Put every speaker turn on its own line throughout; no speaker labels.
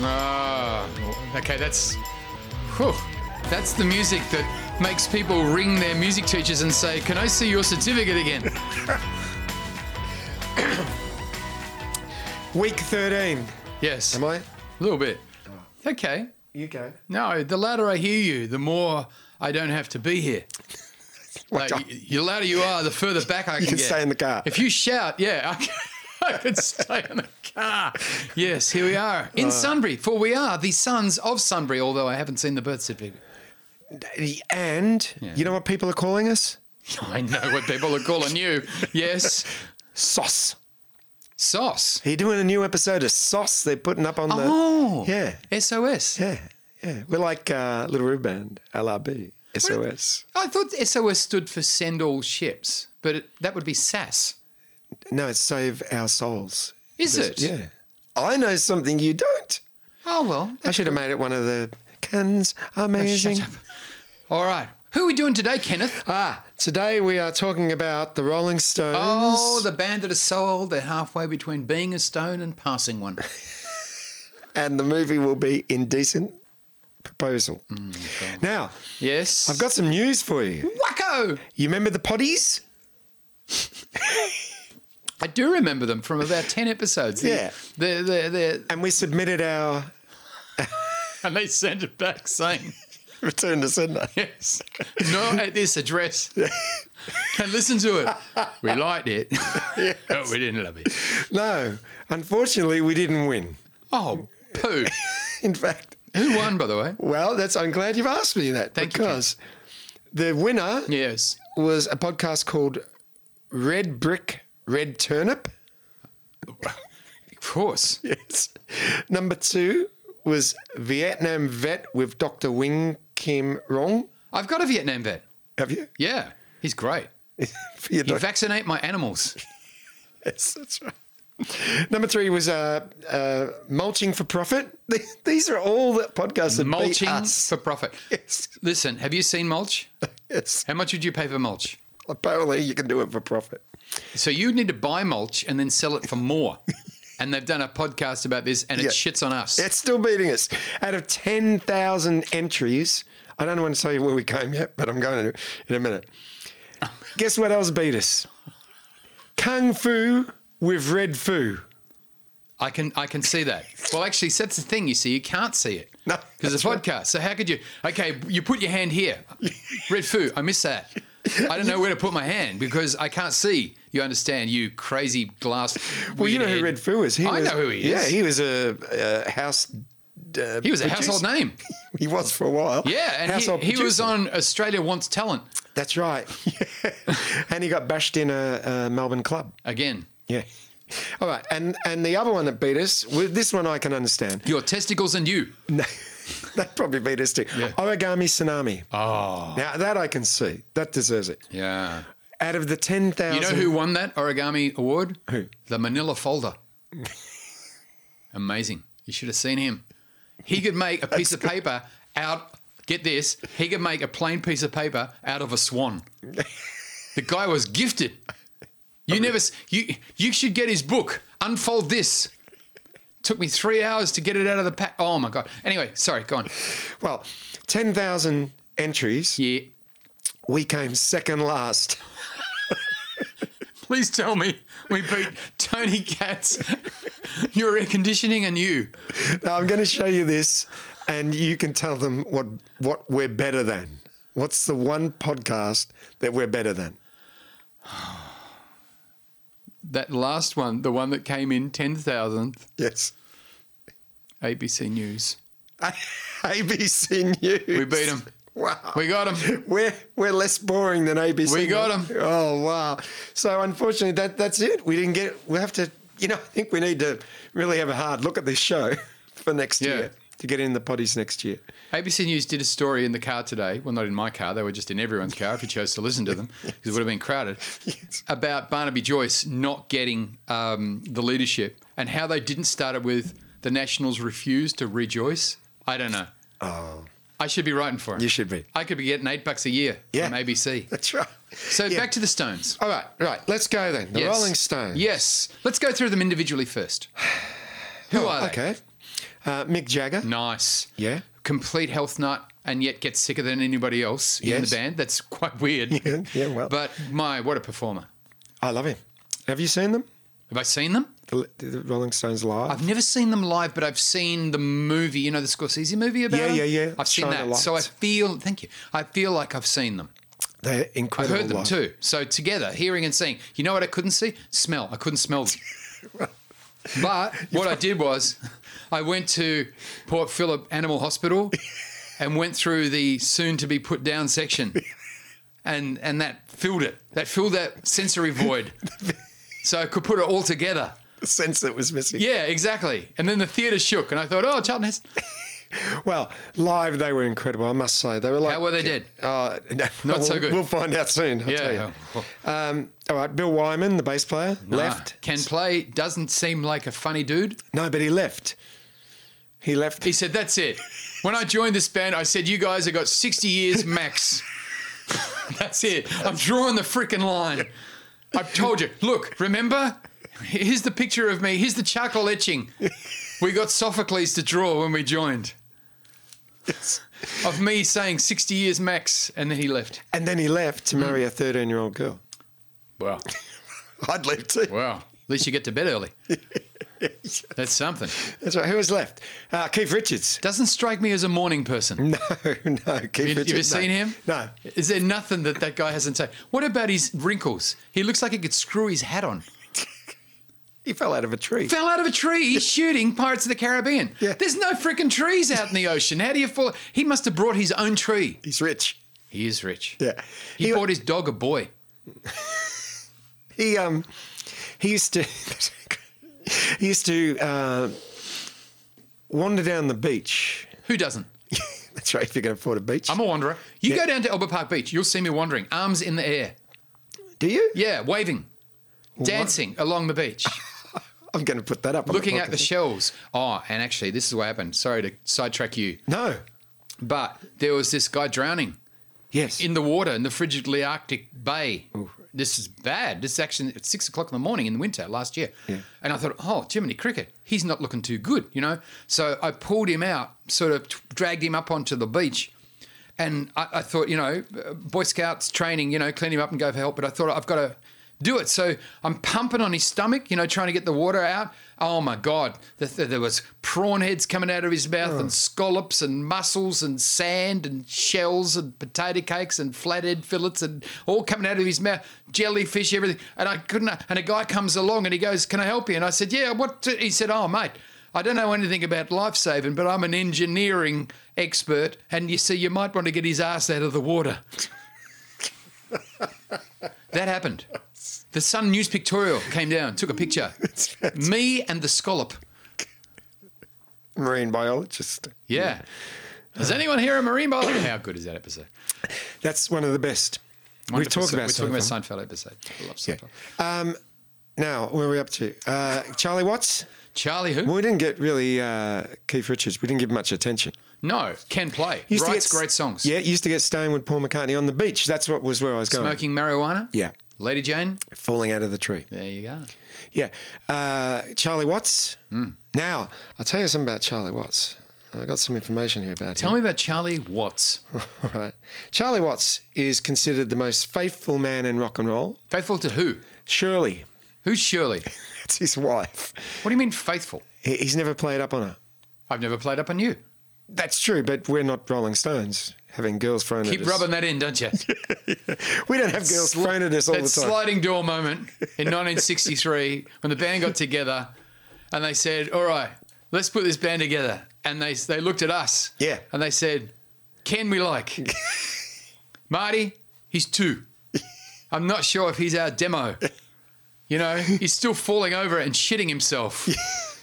Ah, okay, that's. Whew, that's the music that makes people ring their music teachers and say, Can I see your certificate again?
Week 13.
Yes.
Am I?
A little bit. Okay.
You go.
No, the louder I hear you, the more I don't have to be here. Like,
I-
y- the louder you are, the further back I can,
can
get.
stay in the car.
If you shout, yeah, I can, I can stay in the car. Yes, here we are in Sunbury, for we are the sons of Sunbury. Although I haven't seen the birth certificate,
And you know what people are calling us?
I know what people are calling you. Yes,
Sauce.
sauce.
Are you doing a new episode of Sauce they're putting up on the.
Oh,
Yeah.
SOS.
Yeah. Yeah. We're like uh, Little Rib Band, LRB, SOS.
I thought SOS stood for send all ships, but it, that would be SAS.
No, it's Save Our Souls.
Is it?
Yeah. I know something you don't.
Oh well.
I should have made it one of the cans.
Oh,
Amazing.
All right. Who are we doing today, Kenneth?
ah, today we are talking about the Rolling Stones.
Oh, the band that is so old they're halfway between being a stone and passing one.
and the movie will be Indecent Proposal.
Mm,
now,
Yes.
I've got some news for you.
Wacko!
You remember the potties?
I do remember them from about 10 episodes.
Yeah.
They're, they're, they're,
And we submitted our
and they sent it back saying,
return to sender.
yes, no at this address. and listen to it. We liked it. no, we didn't love it.
No, unfortunately, we didn't win.
Oh, poo.
In fact,
Who won, by the way?
well, that's I'm glad you've asked me that
Thank you, Ken.
because the winner
Yes.
was a podcast called Red Brick Red Turnip.
Of course.
Yes. Number two was Vietnam Vet with Dr. Wing Kim Rong.
I've got a Vietnam vet.
Have you?
Yeah. He's great.
For your
You
doc-
vaccinate my animals.
Yes, that's right. Number three was uh, uh, mulching for profit. These are all the podcasts that beat
Mulching
us.
for profit.
Yes,
Listen, have you seen mulch?
yes.
How much would you pay for mulch?
Apparently, you can do it for profit.
So you need to buy mulch and then sell it for more. and they've done a podcast about this and it
Yeah.
shits on us.
It's still beating us. Out of ten thousand entries, I don't want to tell you where we came yet, but I'm going to in a minute. Guess what else beat us? Kung Fu with Red Foo.
I can I can see that. Well, actually, that's the thing. You see, you can't see it
No,
because it's a podcast. So how could you? Okay, you put your hand here. Red foo. I miss that. I don't know where to put my hand because I can't see. You understand? You crazy glass.
Well, you know who Red Foo is. He
I
was,
know who he is.
Yeah, he was a, a house. Uh,
He was a
producer.
household name.
He was for a while.
Yeah, and
Household
he, he was
producer.
on Australia Wants Talent
That's right. and he got bashed in a, a Melbourne club.
again.
Yeah. All right, and and the other one that beat us, with this one I can understand.
Your testicles and you.
No, that probably beat us too. Origami tsunami.
Oh,
Now that I can see, that deserves it.
yeah.
Out of the ten
You
thousand,
know who won that origami award?
Who?
The Manila Folder. Amazing. You should have seen him. He could make a piece of paper out, get this, he could make a plain piece of paper out of a swan. the guy was gifted. You never, s- you, you should get his book, Unfold This. Took me three hours to get it out of the pack. Oh my God. Anyway, sorry, go on.
Well, ten thousand entries.
Yeah.
We came second last.
Please tell me we beat Tony Katz, your air conditioning, and you.
Now I'm going to show you this, and you can tell them what what we're better than. What's the one podcast that we're better than?
That last one, the one that came in 10,000th,
Yes,
ABC News.
ABC News.
We beat 'em.
Wow.
We got him.
We're we're less boring than ABC.
We got 'em.
Oh wow! So unfortunately, that that's it. We didn't get. We have to. You know, I think we need to really have a hard look at this show for next
Yeah.
year to get in the potties next year.
ABC News did a story in the car today. Well, not in my car. They were just in everyone's car if you chose to listen to them because it would have been crowded. About Barnaby Joyce not getting um, the leadership and how they didn't start it with the Nationals refused to rejoice. I don't know. Oh. I should be writing for him.
You should be.
I could be getting eight bucks a year
Yeah.
from ABC.
That's right.
So
Yeah.
back to the Stones.
All right, right. Let's go then. The
Yes.
Rolling Stones.
Yes. Let's go through them individually first. Who are they?
Oh, Okay. Uh, Mick Jagger.
Nice.
Yeah.
Complete health nut and yet gets sicker than anybody else in
Yes.
the band. That's quite weird.
Yeah, yeah, well.
But my, what a performer.
I love him. Have you seen them?
Have I seen them?
The, the Rolling Stones live.
I've never seen them live, but I've seen the movie, you know, the Scorsese movie about
Yeah,
them?
yeah, yeah.
I've seen
Shine a
that. So I
light.
feel, thank you. I feel like I've seen them.
They're
I've
incredible.
heard them
live.
too. So together, hearing and seeing. You know what I couldn't see? Smell. I couldn't smell them. but what I did was, I went to Port Phillip Animal Hospital, and went through the soon-to-be put down section, and and that filled it. That filled that sensory void. So I could put it all together.
The sense that was missing.
Yeah, exactly. And then the theatre shook, and I thought, oh, Charlton has.
Well, live they were incredible. I must say they were like.
How were they dead?
Uh, no,
Not so
we'll-
good.
We'll find out soon. I'll
Yeah. Oh,
tell you. Um, all right, Bill Wyman, the bass player, left.
Ah, Can play. Doesn't seem like a funny dude.
No, but he left. He left.
He said, "That's it." When I joined this band, I said, "You guys have got 60 years max. That's it. I'm drawing the freaking line. I've told you. Look, remember? Here's the picture of me. Here's the charcoal etching. We got Sophocles to draw when we joined of me saying 60 years max, and then he left.
and then he left to marry a 13 year old girl.
Wow.
I'd leave too.
Wow. At least you get to bed early. That's something.
That's right. Who was left? Uh, Keith Richards.
Doesn't strike me as a morning person.
No, no.
Have
Keith
you-
Richards.
have you
no.
seen him?
No.
Is there nothing that that guy hasn't said? What about his wrinkles? He looks like he could screw his hat on.
He fell out of a tree.
Fell out of a tree. He's shooting Pirates of the Caribbean.
Yeah.
There's no freaking trees out in the ocean. How do you fall? He must have brought his own tree.
He's rich.
He is rich.
Yeah.
He,
He-
bought his dog a boy.
He um he used to he used to uh, wander down the beach.
Who doesn't?
That's right. If you can afford a beach,
I'm a wanderer. You go down to Elba Park Beach, you'll see me wandering, arms in the air.
do you?
Yeah, waving, dancing along the beach.
I'm going to put that up. on
Looking at the
podcast.
shells. Oh, and actually, this is what happened. Sorry to sidetrack you,
no.
but there was this guy drowning.
Yes.
in the water in the frigidly Arctic Bay. This is bad. This is actually at six o'clock in the morning in the winter last year. And I thought, oh, Jiminy Cricket, he's not looking too good, you know? So I pulled him out, sort of t- dragged him up onto the beach. And I, I thought, you know, uh, Boy Scouts training, you know, clean him up and go for help. But I thought, I've got to do it. So I'm pumping on his stomach, you know, trying to get the water out. Oh my God. Th- th- There was prawn heads coming out of his mouth and scallops and mussels and sand and shells and potato cakes and flathead fillets and all coming out of his mouth, jellyfish, everything. And I couldn't, and a guy comes along and he goes, Can I help you? And I said, Yeah, what? He said, Oh, mate. I don't know anything about life saving, but I'm an engineering expert, and you see, you might want to get his ass out of the water. That happened. The Sun News pictorial came down, took a picture. Me and the scallop.
Marine biologist.
Yeah. Does anyone here a marine biologist? How good is that episode?
That's one of the best. we
Wonderful.
talked
So-
about.
We're talking
Seinfeld.
about Seinfeld episode. I love Seinfeld.
Now, where are we up to? Uh, Charlie Watts.
Charlie
Well,
who?
we didn't get really uh, Keith Richards. We didn't give much attention.
No, can play.
Used to
Writes
get-
great songs.
Yeah, used to get stoned with Paul McCartney on the beach. That's what was where I was going.
Smoking marijuana.
Yeah,
Lady Jane.
falling out of the tree.
There you go.
Yeah. Uh, Charlie Watts. Now, I'll tell you something about Charlie Watts. I got some information here about
Tell
him.
me about Charlie Watts.
All right. Charlie Watts is considered the most faithful man in rock and roll.
Faithful to who?
Shirley,
Who's Shirley?
that's his wife.
What do you mean faithful?
He- He's never played up on her.
I've never played up on you.
That's true, but we're not Rolling Stones having girls thrown
Keep
at
rubbing that in, don't you?
us. We don't have girls thrown at us all
that
the time.
sliding door moment in 1963 when the band got together and they said, "All right, let's put this band together." And they they looked at us,
Yeah.
and they said, "Can we like Marty? He's two. I'm not sure if he's our demo. You know, he's still falling over and shitting himself.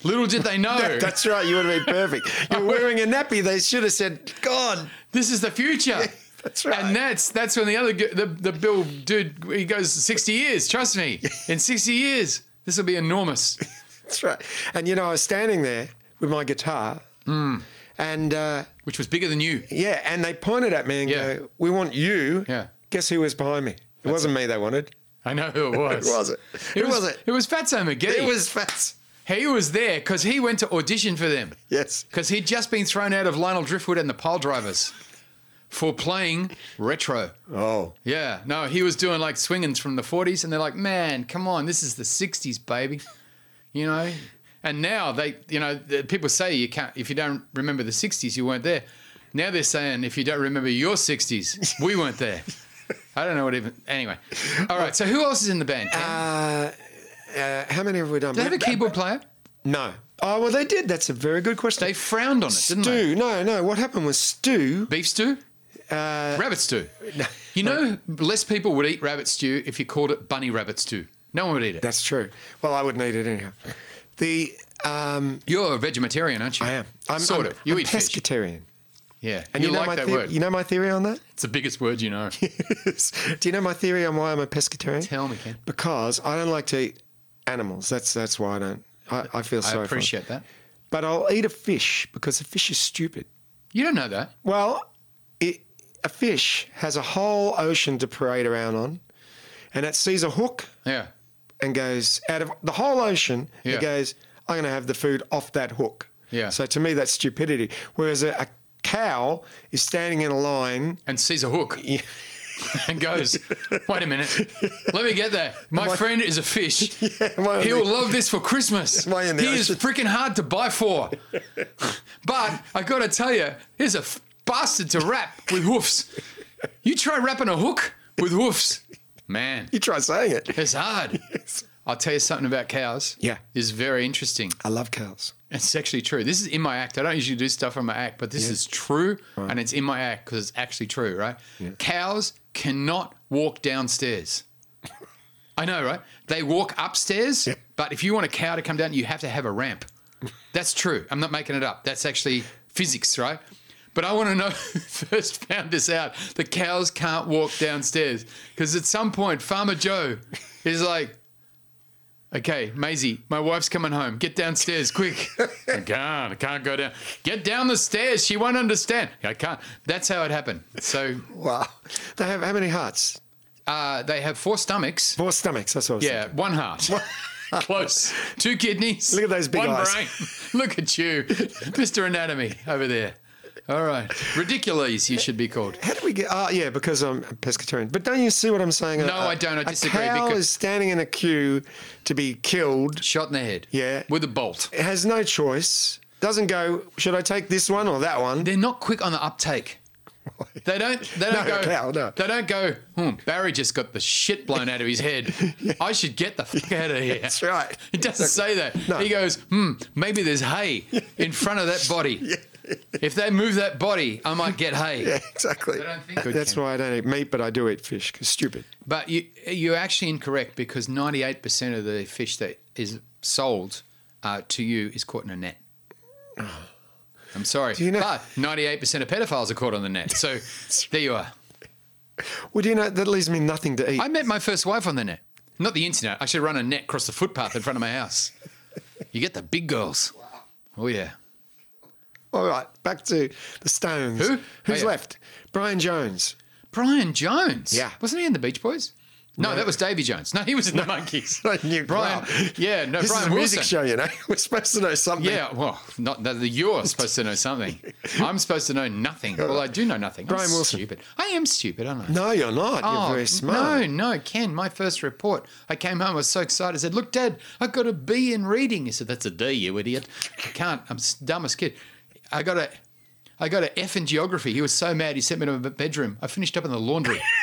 Little did they know."
That's right. You would have been perfect. You're wearing a nappy. They should have said, "God."
This is the future.
that's right.
And that's that's when the other gu- the the Bill dude he goes sixty years. Trust me, in sixty years this will be enormous.
That's right. And you know, I was standing there with my guitar,
Hmm.
and uh,
Which was bigger than you.
yeah, and they pointed at me and
Yeah.
go, "We want you."
Yeah.
Guess who was behind me? It wasn't me. They wanted.
I know who it was.
Who was it? Who was it?
It was Fatso McGee.
It was Fats.
He was there because he went to audition for them.
Yes.
Because he'd just been thrown out of Lionel Driftwood and the Pile Drivers for playing retro.
Oh,
Yeah, no, he was doing like swingings from the 40s, and they're like, man, come on, this is the 60s, baby. You know? And now they, you know, the, people say you can't, if you don't remember the 60s, you weren't there. Now they're saying if you don't remember your 60s, we weren't there. I don't know what even, anyway. All right, so who else is in the band? Ken?
uh, how many have we done?
Do they have a keyboard player?
No. Oh well, they did. That's a very good question.
They frowned on it, didn't they?
Stu, no, no. What happened was Stu.
Beef stew?
Uh,
rabbit stew. You know, less people would eat rabbit stew if you called it bunny rabbit stew. No one would eat it.
That's true. Well, I wouldn't eat it anyhow. The um,
You're a vegetarian, aren't you?
I am. I'm
sort
I'm-
of. You
I'm
eat fish.
pescatarian.
Yeah.
And
you,
you, know
like
my
that
the-
word.
You know my theory on that.
it's the biggest word you know.
Do you know my theory on why I'm a pescatarian?
Tell me, Ken.
Because I don't like to eat animals. That's that's why I don't. I, I feel
I
sorry.
appreciate
for them.
that.
But I'll eat a fish because a fish is stupid.
You don't know that.
Well, it, a fish has a whole ocean to parade around on, and it sees a hook
Yeah.
and goes out of the whole ocean.
Yeah.
It goes, I'm going to have the food off that hook.
Yeah.
So to me, that's stupidity. Whereas a, a cow is standing in a line.
And sees a hook and goes, wait a minute. Let me get that. My friend is a fish.
am I on
He'll
the-
love this for Christmas. He
I in the
is
ocean?
freaking hard to buy for. but I got to tell you, he's a f- bastard to rap with hoofs. You try wrapping a hook with hoofs. Man,
You try saying it.
it's hard. I'll tell you something about cows.
Yeah.
It's very interesting.
I love cows.
It's actually true. This is in my act. I don't usually do stuff on my act, but this is true, and it's in my act because it's actually true, right? Cows cannot walk downstairs. I know, right? They walk upstairs, but if you want a cow to come down, you have to have a ramp. That's true. I'm not making it up. That's actually physics, right? But I want to know who first found this out. The cows can't walk downstairs because at some point, Farmer Joe is like, Okay, Maisie, my wife's coming home. Get downstairs quick. I can't. I can't go down. Get down the stairs. She won't understand. I can't. That's how it happened. So
Wow. They have how many hearts?
uh, they have four stomachs.
Four stomachs. That's what I was
Yeah, one heart. Close. Two kidneys.
Look at those big
one
eyes.
brain. Look at you, Mr. Anatomy over there. All right. Ridiculous, you should be called.
How do we get? Oh, yeah, because I'm a pescatarian. But don't you see what I'm saying?
No, I don't. I disagree
A cow
because-
is standing in a queue to be killed.
Shot in the head.
Yeah.
With a bolt.
It has no choice. Doesn't go. Should I take this one or that one?
they're not quick on the uptake. They don't. They don't
No,
go.
cow, no.
They don't go. Hmm, Barry just got the shit blown out of his head. I should get the fuck out of here.
That's right.
He doesn't say that.
No.
He goes, hmm, maybe there's hay in front of that body. If they move that body, I might get hay.
Yeah, exactly.
don't think good
That's
can.
why I don't eat meat, but I do eat fish. 'cause stupid.
But you, you're actually incorrect because 98% of the fish that is sold uh, to you is caught in a net. I'm sorry.
you know-
but 98% of pedophiles are caught on the net. So there you are.
Well, do you know that leaves me nothing to eat?
I met my first wife on the net. Not the internet. I should run a net across the footpath in front of my house. You get the big girls. Oh, yeah.
All right, back to the Stones.
Who?
Who's
Oh, yeah.
left? Brian Jones.
Brian Jones.
Yeah.
Wasn't he in the Beach Boys? No, that was Davy Jones. No, he was in the Monkeys.
I knew
Brian.
Wow.
Yeah, no,
this
Brian
is a music
Wilson.
show, you know. We're supposed to know something.
Yeah, well, not that that you're supposed to know something. I'm supposed to know nothing. Well, I do know nothing.
Brian
I'm
Wilson.
Stupid. I am stupid, aren't I?
No, you're not.
Oh,
you're very smart.
No, no, Ken, my first report. I came home, I was so excited. I said, Look, Dad, I got a B in reading. He said, That's a D, you idiot. I can't, I'm s- dumb as kid. I got a I got a F in geography. He was so mad he sent me to my bedroom. I finished up in the laundry.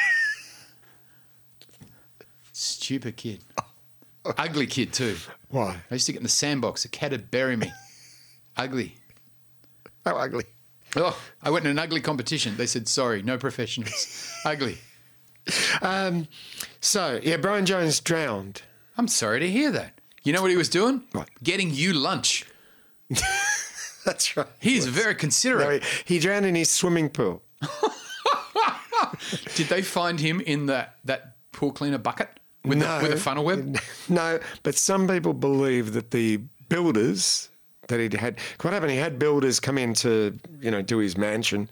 Stupid kid. Ugly kid too.
Why?
I used to get in the sandbox. A cat would bury me. Ugly.
How ugly.
Oh, I went in an ugly competition. They said, sorry, no professionals. ugly.
Um, so yeah, Brian Jones drowned.
I'm sorry to hear that. You know what he was doing?
What?
Getting you lunch.
That's right.
He is very
No,
considerate.
he, he drowned in his swimming pool.
Did they find him in that that pool cleaner bucket with the, with a funnel web?
No, but some people believe that the builders that he had, what happened? He had builders come in to you know do his mansion,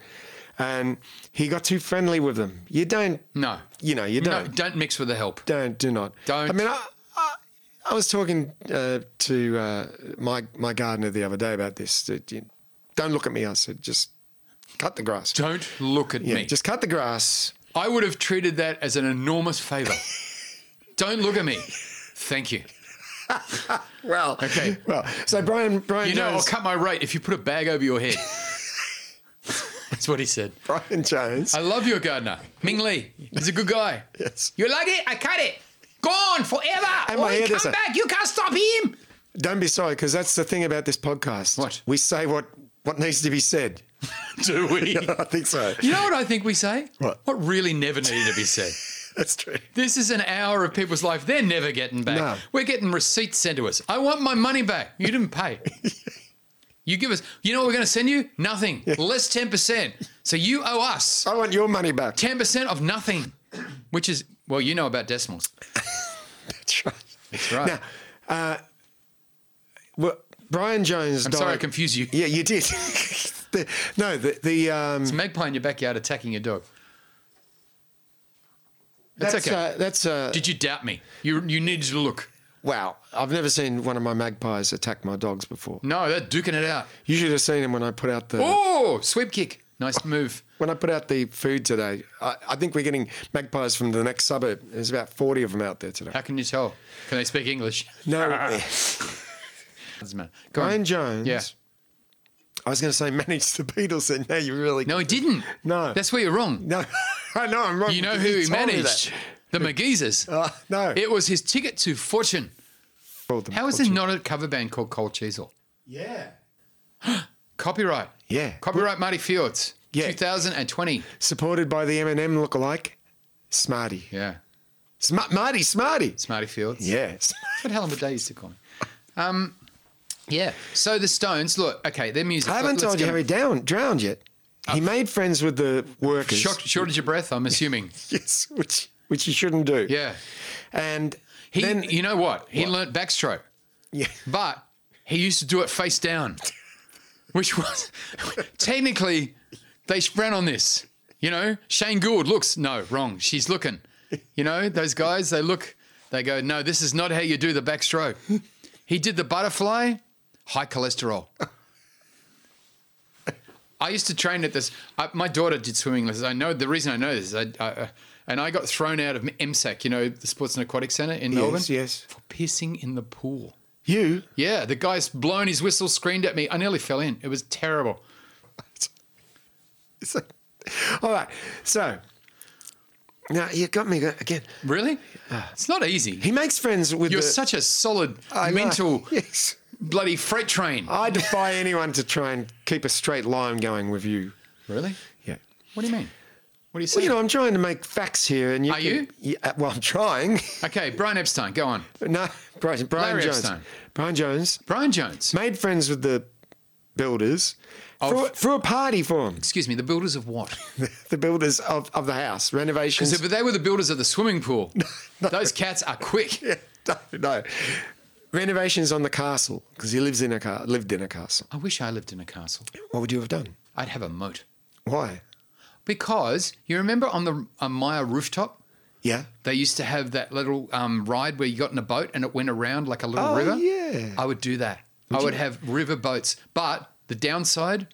and he got too friendly with them. You don't.
No.
You know, you
No,
don't.
don't mix with the help.
Don't do not.
Don't.
I mean, I, I, I was talking uh, to uh, my my gardener the other day about this. That you- Don't look at me. I said, just cut the grass.
Don't look at
Yeah,
me.
just cut the grass.
I would have treated that as an enormous favour. Don't look at me. Thank you.
Well,
Okay.
Well, so Brian, Brian,
You know, I'll
Jones,
cut my rate if you put a bag over your head. That's what he said.
Brian Jones.
I love your gardener, Ming Lee. He's a good guy.
Yes.
You like it? I cut it. Gone forever.
And my
Oi,
hair
come
doesn't-
back. You can't stop him.
Don't be sorry, because that's the thing about this podcast.
What?
we say what what needs to be said.
Do we?
I think so.
You know what I think we say?
What?
What really never needed to be said.
That's true.
This is an hour of people's life they're never getting back.
No.
We're getting receipts sent to us. I want my money back. You didn't pay. you give us, you know what we're going to send you? Nothing. Less 10%. So you owe us
I want your money back.
10% of nothing, which is, well, you know about decimals.
That's right.
That's right.
Now, well, Brian Jones
I'm
died.
sorry I confused you.
yeah, you did. the, no, the, the um,
It's a magpie in your backyard attacking your dog. That's,
that's
okay.
uh, that's uh,
Did you doubt me? You you needed to look.
wow. I've never seen one of my magpies attack my dogs before.
No, they're duking it out.
You should have seen him when I put out the
Mm. Oh, sweep kick. Nice move.
when I put out the food today. I, I think we're getting magpies from the next suburb. There's about forty of them out there today.
How can you tell? Can they speak English?
No,
Doesn't matter. Go
Brian
on.
Jones.
Yeah.
I was going to say managed the Beatles, and now you really
No, he didn't.
No.
That's where you're wrong.
no. I know I'm wrong.
You know
but
who he
told me that.
managed? The McGeezers.
Uh, no.
It was his ticket to fortune.
Called them
How is
culture.
there not a cover band called Cold Chisel?
Yeah.
Copyright.
Yeah.
Copyright Marty Fields.
Yeah.
2020.
Supported by the M&M lookalike, Smarty.
Yeah.
Sma- Marty, Smarty.
It's Marty Fields.
Yeah. Sm-
That's what Helen Bidet used to call me. Um, yeah. So the Stones, look, okay, their music.
I haven't
Let's Uh,
told you
get
how he down, drowned yet. He made friends with the workers.
Short, shortage of breath, I'm assuming.
Yes, which which you shouldn't do.
Yeah.
And
He,
then
you know what? He learnt backstroke,
yeah,
but he used to do it face down, which was technically they ran on this. You know, Shane Gould looks no wrong. She's looking. You know, those guys they look. They go, no, this is not how you do the backstroke. He did the butterfly, high cholesterol. I used to train at this. I, my daughter did swimming lessons. I know the reason I know this is I, I, I- and I got thrown out of MSAC, you know, the Sports and Aquatic Centre in Melbourne,
yes.
for pissing in the pool.
you.
Yeah, the guy's blown his whistle, screamed at me. I nearly fell in. It was terrible.
So- all right. So now you got me go- again.
Really? Ah. It's not easy.
He makes friends with
You're
the
such a solid
I know. Ah.
mental
Yes.
bloody freight train.
I defy anyone to try and keep a straight line going with you.
Really?
Yeah.
What do you mean? What do you
Well,
say?
you know, I'm trying to make facts here, and you.
Are
can-
you?
Yeah, well, I'm trying.
okay, Brian Epstein, go on.
no, Brian, Brian
Larry
Jones.
Epstein.
Brian Jones
Brian Jones.
made friends with the builders. Threw, threw a party for them.
Excuse me, the builders of what?
The builders of, of the house renovations.
So, but they were the builders of the swimming pool. Those cats are quick.
Yeah, no, no. Renovations on the castle because he lives in a car, lived in a castle.
I wish I lived in a castle.
What would you have done?
I'd have a moat.
Why?
Because you remember on the on Maya rooftop,
Yeah.
they used to have that little um, ride where you got in a boat and it went around like a little
Oh,
river.
yeah.
I would do that. I would have river boats. But the downside,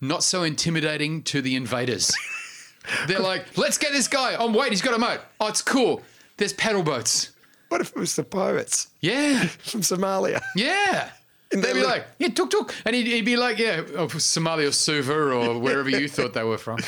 not so intimidating to the invaders. They're like, let's get this guy. Oh, wait, he's got a moat. Oh, it's cool. There's paddle boats.
What if it was the pirates
Yeah.
from Somalia?
Yeah.
And
And they'd
they
be
look-
like, yeah, tuk tuk. And he'd, he'd be like, yeah, oh, Somalia or Suva or wherever you thought they were from.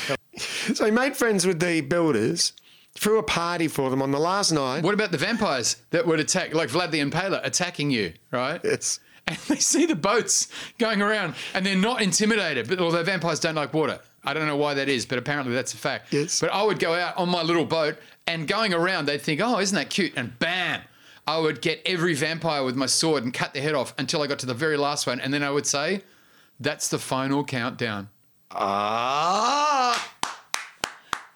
So he made friends with the builders, threw a party for them on the last night.
What about the vampires that would attack, like Vlad the Impaler attacking you, right?
Yes.
And they see the boats going around and they're not intimidated, but although vampires don't like water. I don't know why that is, but apparently that's a fact.
Yes.
But I would go out on my little boat and going around, they'd think, oh, isn't that cute? And bam, I would get every vampire with my sword and cut their head off until I got to the very last one. And then I would say, that's the final countdown.
Ah.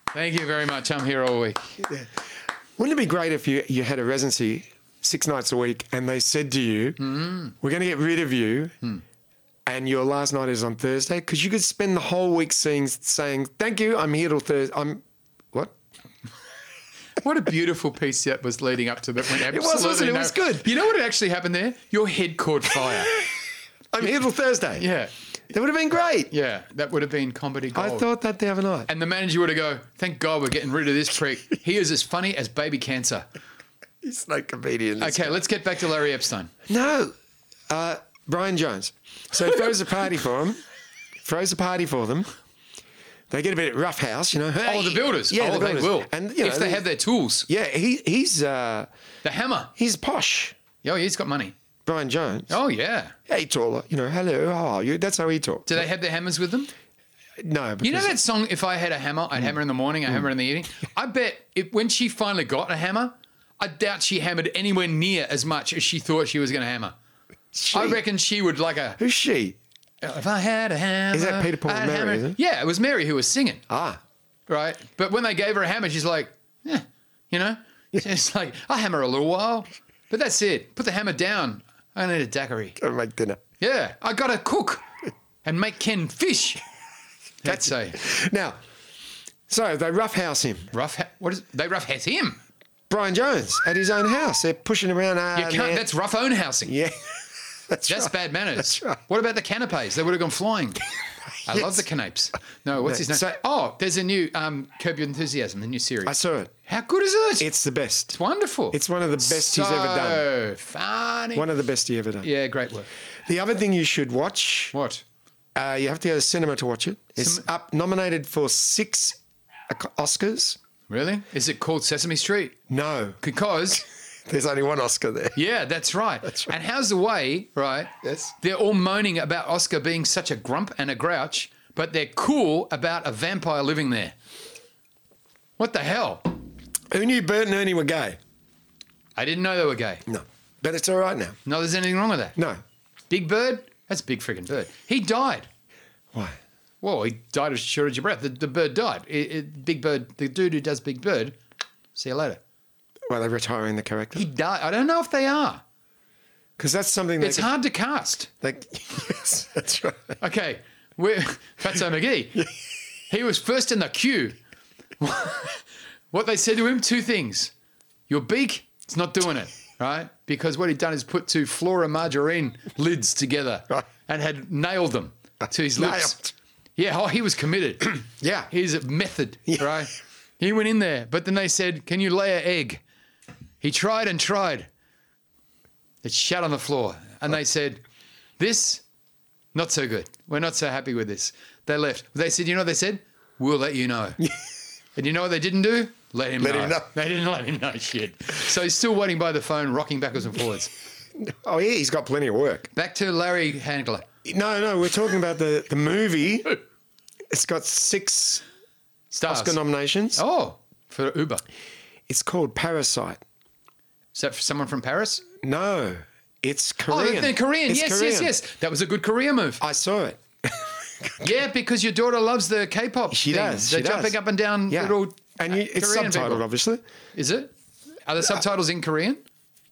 Thank you very much. I'm here all week.
Wouldn't it be great if you, you had a residency six nights a week and they said to you, we're going to get rid of you and your last night is on Thursday? Because you could spend the whole week seeing, saying, thank you, I'm here till Thursday. I'm, what?
What a beautiful piece that was leading up to that. Went
was, wasn't
absolutely
it? It was good.
You know what actually happened there? Your head caught fire.
I'm here till Thursday.
yeah,
That would have been great.
yeah. That would have been comedy gold.
I thought that the other night.
and the manager would have go, thank God we're getting rid of this prick. He is as funny as baby cancer.
He's no comedian.
Okay, let's get back to Larry Epstein.
No, uh, Brian Jones. So he throws a party for them. Throws a party for them. They get a bit rough house, you know.
Oh, the builders.
Yeah,
oh,
the builders.
they will.
And you know,
if they, have their tools,
yeah, he, he's uh,
the hammer.
he's posh.
Oh, he's got money.
Brian Jones.
Oh yeah.
Hey, taller. You know, hello, how are you? That's how he talks.
Do they have their hammers with them?
No, because Mm.
You know that song, If I Had a Hammer, I'd hammer in the morning, I hammer in the evening? I bet if, when she finally got a hammer, I doubt she hammered anywhere near as much as she thought she was going to hammer.
she,
I reckon she would like a,
who's she?
if I had a hammer.
Is that Peter, Paul
I'd
and Mary,
hammer-"
is it?
Yeah, it was Mary who was singing,
Ah,
right? But when they gave her a hammer, she's like, eh, you know? It's like, I hammer a little while, but that's it. Put the hammer down. I need a daiquiri.
go make dinner.
Yeah, I got to cook and make Ken fish. That's a
Now, so they rough house him.
rough, ha- what is, they rough has him.
Brian Jones at his own house. They're pushing around.
You
Uh,
can't, that's rough own housing.
yeah, that's,
That's
right.
bad manners.
That's right.
What about the canapes? They would have gone flying. I love the canapes. No, what's his name?
So-
oh, there's a new um, Curb Your Enthusiasm, the new series.
I saw it.
How good is this?
It's the best.
It's wonderful.
It's one of the best he's ever done.
So funny.
One of the best he ever done.
yeah, great work.
The other thing you should watch,
What?
uh, you have to go to cinema to watch it. It's up nominated for six Ac- Oscars.
Really? Is it called Sesame Street?
No,
Because,
there's only one Oscar there.
yeah, that's right. That's right. And how's the way, right?
Yes.
They're all moaning about Oscar being such a grump and a grouch, but they're cool about a vampire living there. What the hell?
Who knew Bert and Ernie were gay?
I didn't know they were gay.
No, but it's all right now.
No, there's anything wrong with that.
No,
Big Bird? That's a big friggin' bird. He died.
why?
Whoa, he died of shortage of breath. The, the bird died. It- it- big Bird, the dude who does Big Bird, see you later.
Well, they're retiring the character
He died. I don't know if they are.
because that's something
It's
that's
hard to cast.
they, yes, that's right.
Okay, we're, Fatso McGee. He was first in the queue. what they said to him, two things. Your beak, it's not doing it, right? Because what he'd done is put two flora margarine lids together
Right.
and had nailed them to his lips.
Nailed.
Yeah, oh, he was committed.
Yeah.
He's a method, right? He went in there, but then they said, Can you lay an egg? He tried and tried. It shut on the floor. And they said, This, not so good. We're not so happy with this. They left. They said, You know what they said? We'll let you know. and you know what they didn't do? Let him
Let
know.
him know.
They didn't let him know shit. So he's still waiting by the phone, rocking backwards and forwards.
Oh yeah, he's got plenty of work.
Back to Larry Handler.
No, no, we're talking about the the movie. It's got six
Stars.
Oscar nominations.
oh, for Uber.
It's called Parasite.
Is that for someone from Paris?
No, it's
Oh,
Korean.
they're Korean.
It's
yes, yes,
Korean. Uh,
yes. That was a good career move.
I saw it.
Yeah, because your daughter loves the K-pop.
She
thing.
does,
They're
she does.
jumping up and down
Yeah,
little.
and you, it's
Korean
subtitled,
people.
obviously.
Is it? Are
Uh,
the subtitles in Korean?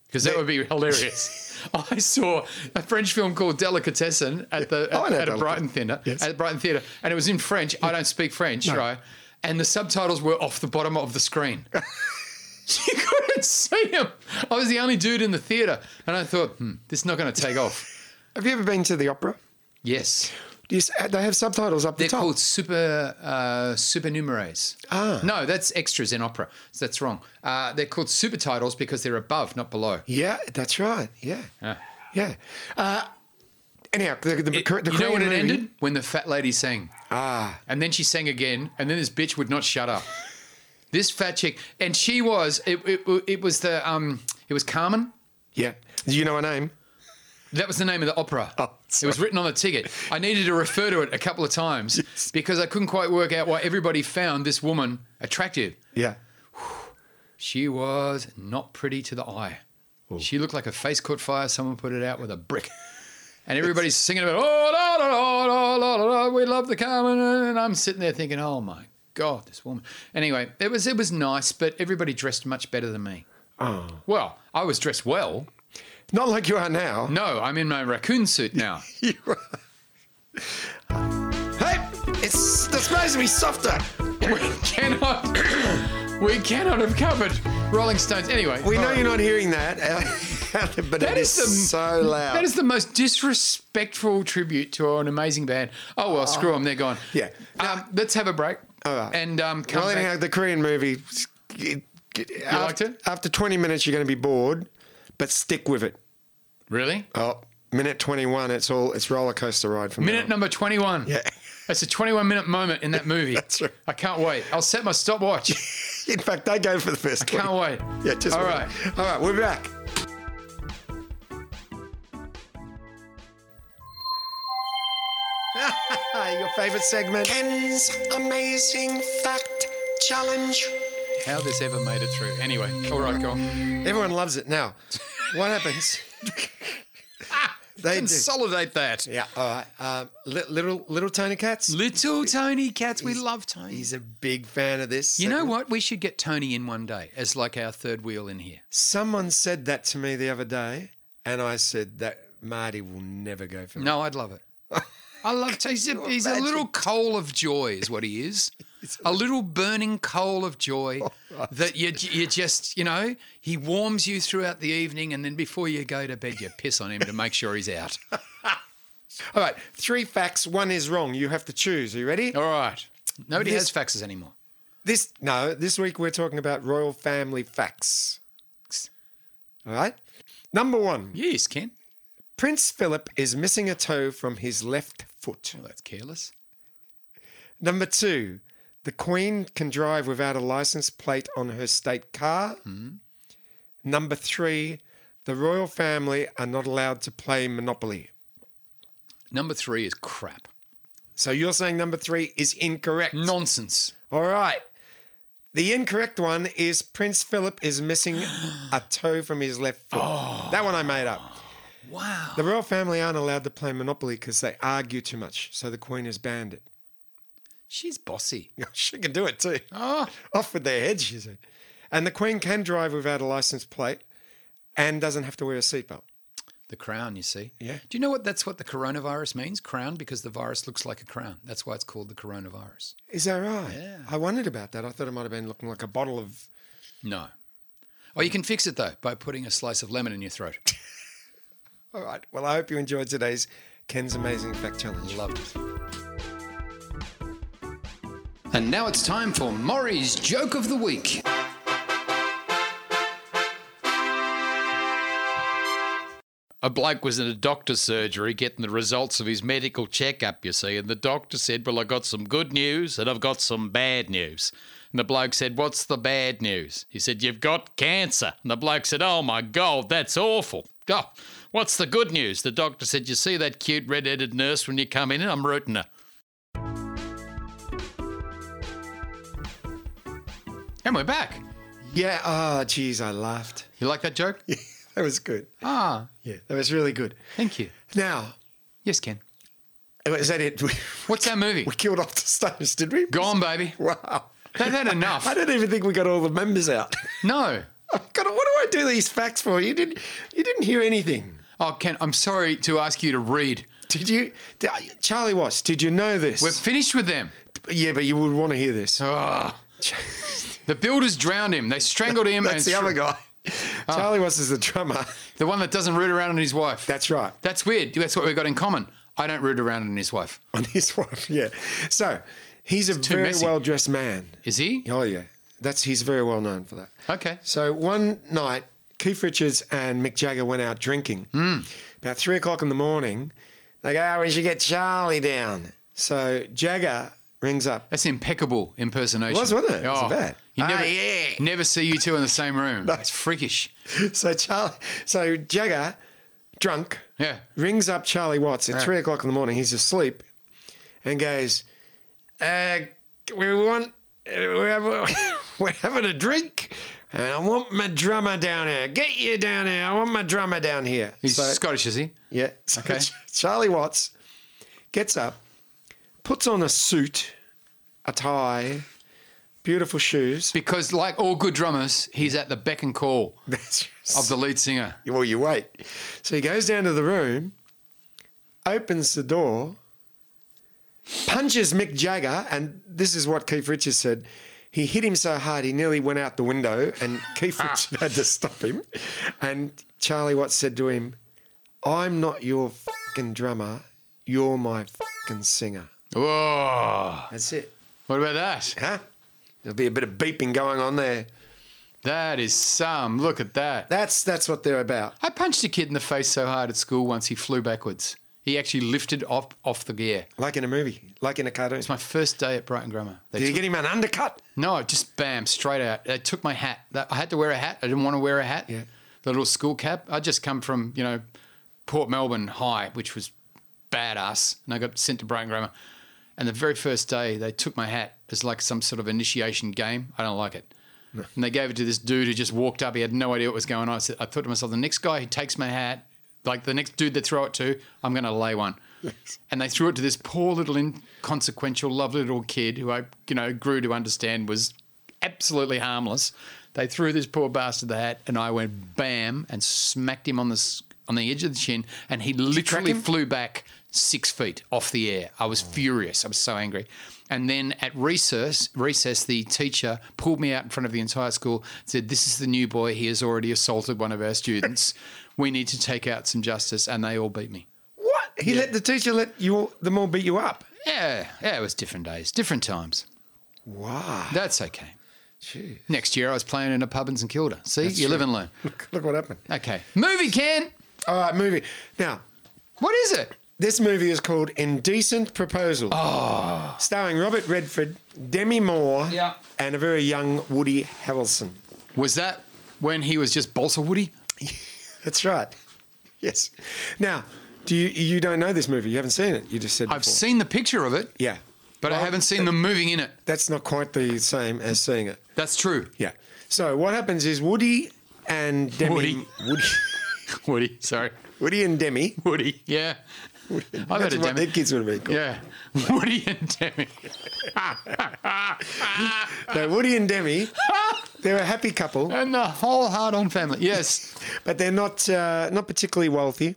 Because that would be hilarious. I saw a French film called Delicatessen at the
Oh, I
at,
know
at a
Delicatessen.
Brighton theater
Yes.
at Brighton theater, and it was in French. I don't speak French, right? And the subtitles were off the bottom of the screen. you couldn't see them. I was the only dude in the theater, and I thought, hmm, this is not going to take off.
Have you ever been to the opera?
Yes.
Do you, s- they have subtitles up
They're
the top.
called super uh, supernumeraries.
Ah.
no, that's extras in opera. So that's wrong. Uh, they're called super titles because they're above, not below.
Yeah, that's right. Yeah,
Yeah.
yeah. Uh, anyhow, the, the, Kor- the
you know
Korean
when Ah. it
movie,
ended? When the fat lady sang,
Ah,
and then she sang again, and then this bitch would not shut up. this fat chick, and she was it. It, it was the um, it was Carmen.
yeah. Do you know her name?
That was the name of the opera.
Oh,
it was written on the ticket. I needed to refer to it a couple of times because I couldn't quite work out why everybody found this woman attractive.
Yeah.
She was not pretty to the eye. She looked like her face caught fire. Someone put it out with a brick. And everybody's singing about, oh, la, la, la, la, la, la, la, we love the Carmen. And I'm sitting there thinking, oh my God, this woman. Anyway, it was, it was nice, but everybody dressed much better than me.
Oh,
Well, I was dressed well.
not like you are now.
No, I'm in my raccoon suit now.
Hey, it's they're supposed to be softer.
we cannot, we cannot have covered Rolling Stones. Anyway,
We know
alright.
you're not hearing that, but
Oh, That
it is
is the-
so loud.
That is the most disrespectful tribute to an amazing band. Oh well, screw them. They're gone.
Yeah.
Um, let's have a break.
All right.
And um, come
well,
back.
anyhow, the Korean movie. You after,
liked it?
After 20 minutes, you're going to be bored, but stick with it.
Really?
Oh, minute 21, it's all it's roller coaster ride from
Minute number twenty-one.
Yeah.
That's a twenty-one minute moment in that movie.
That's right.
I can't wait. I'll set my stopwatch.
Now. In fact, they go for the first.
can't
20.
wait.
Yeah, just
All
wait.
right.
All right, we're back. Your favourite segment? Ken's amazing fact challenge.
How this ever made it through? Anyway. All right, go on.
Everyone loves it now. What happens? they do.
Consolidate that.
Yeah. All right. Um, li- little little Tony Cats.
Little Tony Cats. We love Tony.
He's a big fan of this.
You know
segment.
what? We should get Tony in one day as like our third wheel in here.
Someone said that to me the other day, and I said that Marty will never go for that.
No, I'd love it. I love Tony. He's, a, he's a
imagine?
little coal of joy, is what he is. A little Oh, burning coal of joy that you you just you know he warms you throughout the evening, and then before you go to bed, you piss on him to make sure he's out.
All right. Three facts. One is wrong. You have to choose. Are you ready?
All right. Nobody
This-
has faxes anymore.
This no. This week we're talking about royal family facts. All right. Number one.
Yes, Ken.
Prince Philip is missing a toe from his left foot.
Well, that's careless.
Number two, the Queen can drive without a license plate on her state car. Number three, the royal family are not allowed to play Monopoly.
Number three is crap.
So you're saying number three is incorrect.
Nonsense.
All right. The incorrect one is Prince Philip is missing a toe from his left foot. That one I made up.
Wow.
The royal family aren't allowed to play Monopoly because they argue too much. So the Queen has banned it.
She's bossy.
She can do it too.
Oh,
off with their heads, she said. And the Queen can drive without a license plate and doesn't have to wear a seatbelt.
the crown. You see.
Yeah.
Do you know what? That's what the coronavirus means. Crown, because the virus looks like a crown. That's why it's called the coronavirus.
Is that right?
Yeah.
I wondered about that. I thought it might have been looking like a bottle of.
No. Oh, you can fix it though by putting a slice of lemon in your throat.
All right. Well, I hope you enjoyed today's Ken's Amazing Fact Challenge.
Loved it. And now it's time for Maury's joke of the week. A bloke was in a doctor's surgery getting the results of his medical checkup, you see, and the doctor said, Well, I got some good news and I've got some bad news. And the bloke said, What's the bad news? He said, You've got cancer. And the bloke said, Oh my God, that's awful. Oh, what's the good news? The doctor said, You see that cute red headed nurse when you come in? I'm rooting her. And we're back.
Yeah. Oh, geez, I laughed.
You like that joke?
That was good.
Ah,
Yeah, that was really good.
thank you.
Now, oh,
Yes, Ken.
is that it? We,
What's our movie?
we killed off the Stones, did we?
Go on, baby.
Wow.
They've had enough.
I don't even think we got all the members out.
No.
I've got. What do I do these facts for? You didn't. You didn't hear anything.
Oh, Ken, I'm sorry to ask you to read.
Did you, did, Charlie Watts? Did you know this? Oh,
We're finished with them.
yeah, but you would want to hear this.
Ugh. The builders drowned him. They strangled him.
That's
and
the
str-
other guy. Charlie Watts is the drummer.
The one that doesn't root around on his wife.
That's right.
That's weird. That's what we've got in common. I don't root around on his wife.
On his wife, yeah. So he's a very
messy.
well dressed man.
Is he?
Oh yeah, that's he's very well known for that.
Okay.
So one night, Keith Richards and Mick Jagger went out drinking. About three o'clock in the morning, they go, oh, "We should get Charlie down." So Jagger rings up.
That's impeccable impersonation. Oh.
It was, wasn't it? It wasn't bad.
You
Ah,
never,
yeah.
never see you two in the same room. That's freakish.
So Charlie, so Jagger, drunk,
Yeah.
rings up Charlie Watts at three o'clock in the morning. He's asleep, and goes, uh, "We want, we're, having- we're having a drink, and I want my drummer down here. Get you down here. I want my drummer down here."
He's
So-
Scottish, is he?
yeah. So
Okay.
Ch- Charlie Watts gets up, puts on a suit, a tie, beautiful shoes.
Because, like all good drummers, he's at the beck and call of the lead singer.
Well, you wait. So he goes down to the room, opens the door, punches Mick Jagger, and this is what Keith Richards said. He hit him so hard he nearly went out the window, and Keith Richard had to stop him. And Charlie Watts said to him, "I'm not your fucking drummer. You're my fucking singer."
Whoa.
That's it,
What about that?
huh? There'll be a bit of beeping going on there.
That is some. Look at that.
That's that's what they're about.
I punched a kid in the face so hard at school once he flew backwards. He actually lifted off off the gear.
Like in a movie, like in a cartoon.
It's my first day at Brighton Grammar. They
Did you
took-
get him an undercut?
no, just bam, straight out. They took my hat. That- I had to wear a hat. I didn't want to wear a hat.
Yeah.
The little school cap. I just come from you know Port Melbourne High, which was badass, and I got sent to Brighton Grammar. And the very first day, they took my hat as like some sort of initiation game. I don't like it. And they gave it to this dude who just walked up. He had no idea what was going on. I, said, I thought to myself, the next guy who takes my hat, like the next dude they throw it to, I'm going to lay one. And they threw it to this poor little inconsequential, lovely little kid who I, you know, grew to understand was absolutely harmless. They threw this poor bastard the hat, and I went bam and smacked him on the s- on the edge of the chin, and he literally
him?
flew back six feet off the air. I was furious. I was so angry. And then at recess, recess, the teacher pulled me out in front of the entire school, said, This is the new boy. He has already assaulted one of our students. We need to take out some justice. And they all beat me.
What? He let the teacher let you all, them all beat you up.
Yeah, yeah, it was different days, different times.
Wow.
That's okay.
Gee.
Next year, I was playing in a pub in St Kilda. See, you live and learn.
Look, look what happened.
Okay. Movie, Ken.
All right, movie. Now,
What is it?
this movie is called Indecent Proposal. Oh. Starring Robert Redford, Demi Moore,
Ah. Yeah.
and a very young Woody Harrelson.
Was that when he was just Balsa Woody?
That's right. Yes. Now, do you you don't know this movie? You haven't seen it. You just said
I've
before.
seen the picture of it,
Yeah.
but I haven't seen them moving in it.
That's not quite the same as seeing it.
That's true.
Yeah. So what happens is Woody and Demi
Woody.
Woody,
Woody, sorry.
Woody and Demi.
Woody, yeah. I've had
That's
a
what their
Demi.
kids would have been called.
Yeah. Woody and Demi.
So Woody and Demi, they're a happy couple,
And the whole hard on family. Yes.
but they're not uh, not particularly wealthy,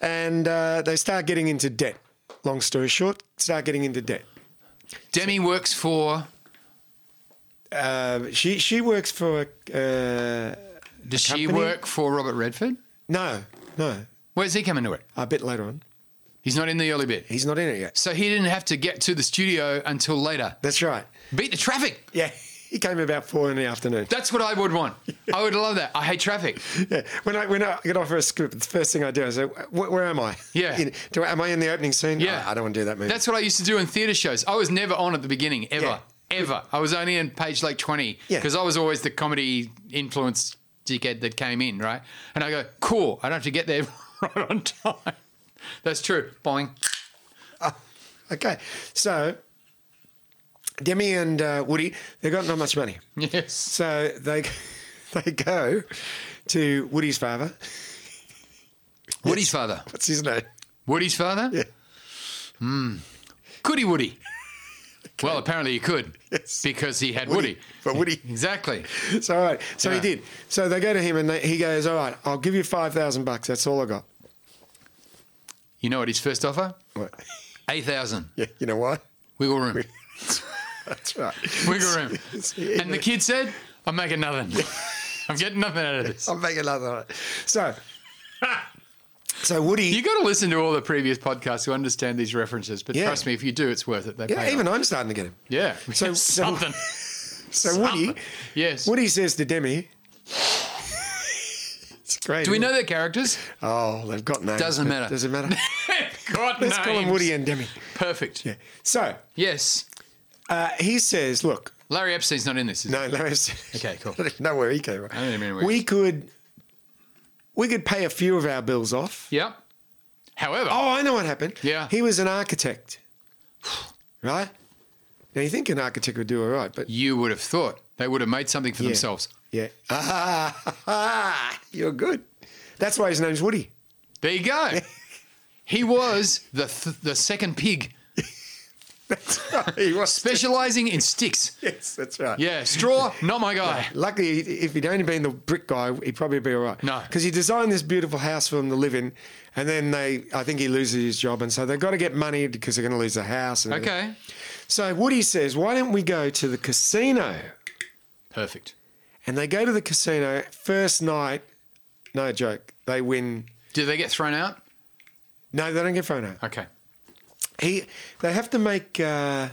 and uh, they start getting into debt. Long story short, start getting into debt.
Demi works for.
Uh, she she works for uh,
Does she
company?
work for Robert Redford?
no no
Where's he coming to it?
a bit later on.
He's not in the early bit.
He's not in it yet.
So he didn't have to get to the studio until later.
That's right.
Beat the traffic.
Yeah, he came about four in the afternoon.
That's what I would want. I would love that. I hate traffic.
Yeah. When I when I get offered a script, the first thing I do is say, "Wh- "Where am I?
Yeah.
In- do I, am I in the opening scene?
Yeah.
Oh, I don't want to do that movie.
That's what I used to do in theatre shows. I was never on at the beginning, ever, ever. I was only in page like 20
Yeah.
because I was always the comedy influenced dickhead that came in, right? And I go, cool, I don't have to get there right on time. That's true. Boing.
Okay, so Demi and uh, Woody, they've got not much money,
Yes.
so they they go to Woody's father.
Woody's father.
What's his name?
Woody's father? Yeah. Could he Woody? Well, apparently he could
Yes.
because he had Woody.
But Woody.
Exactly.
So all right, so he
Yeah.
did. So they go to him and they, he goes, "All right, I'll give you five thousand bucks. That's all I got."
You know what his first offer?
What?
8,000.
Yeah, you know why?
Wiggle room.
That's right.
Wiggle room.
yeah.
And the kid said, I'm making nothing. I'm getting nothing out of this.
I'll make another one. So, so Woody.
You got to listen to all the previous podcasts to understand these references, but
Yeah.
trust me, if you do, it's worth it. They
yeah,
pay
even
off.
I'm starting to get him.
yeah,
So- so-
something.
So Woody,
yes.
Woody says to Demi, "It's great."
do we
isn't it?
know their characters?
Oh, they've got names.
Doesn't matter.
Doesn't matter.
God,
Let's call them
names.
Woody and Demi.
Perfect.
So
Yes.
uh, he says, "Look,
Larry Epstein's not in this. Is he?
no, no, it's-
Okay, cool.
I don't know where he came from.
I don't even know where he-
we could, we could pay a few of our bills off.
Yeah. However,
Oh, I know what happened.
Yeah.
he was an architect, right? Now you think an architect would do all right, but
you would have thought they would have made something for themselves.
yeah, ah, you're good. That's why his name's Woody.
There you go. he was the th- the second pig.
That's he was.
specializing in sticks.
yes, that's right.
Yeah, straw, not my guy.
Luckily, if he'd only been the brick guy, he'd probably be all right.
No.
Because he designed this beautiful house for them to live in, and then they, I think he loses his job, and so they've got to get money because they're going to lose the house. and everything.
Okay,
So Woody says, why don't we go to the casino?
perfect.
And they go to the casino first night. No joke. They win.
Did they get thrown out?
No, they don't get thrown out.
Okay.
He, they have to make. Uh,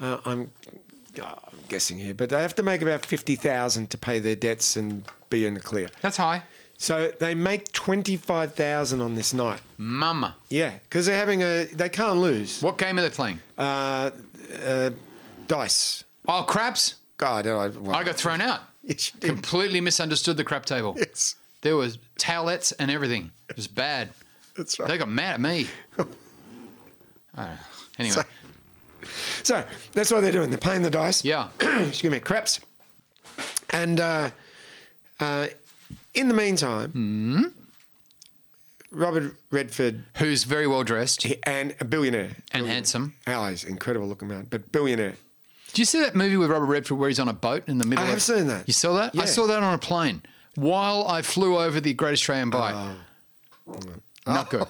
uh, I'm, I'm guessing here, but they have to make about fifty thousand to pay their debts and be in the clear.
That's high.
So they make twenty five thousand on this night.
Mama.
Yeah, because they're having a. They can't lose.
What game are they playing?
Uh, uh, dice.
Oh, craps.
God, I, well,
I got thrown out.
Yes, you did.
Completely misunderstood the crap table.
Yes,
There was towelettes and everything. It was bad.
that's
They
right.
got mad at me. Oh, anyway,
So that's why they're doing. They're playing the dice.
yeah.
excuse me, craps. And uh, uh, in the meantime, Hmm? Robert Redford
Who's very well dressed
he- and a billionaire.
and handsome.
Allies, incredible looking man, but billionaire.
Did you see that movie with Robert Redford where he's on a boat in the middle?
I have
of-
seen that.
You saw that?
Yeah.
I saw that on a plane while I flew over the Great Australian Bight.
Oh.
Not good.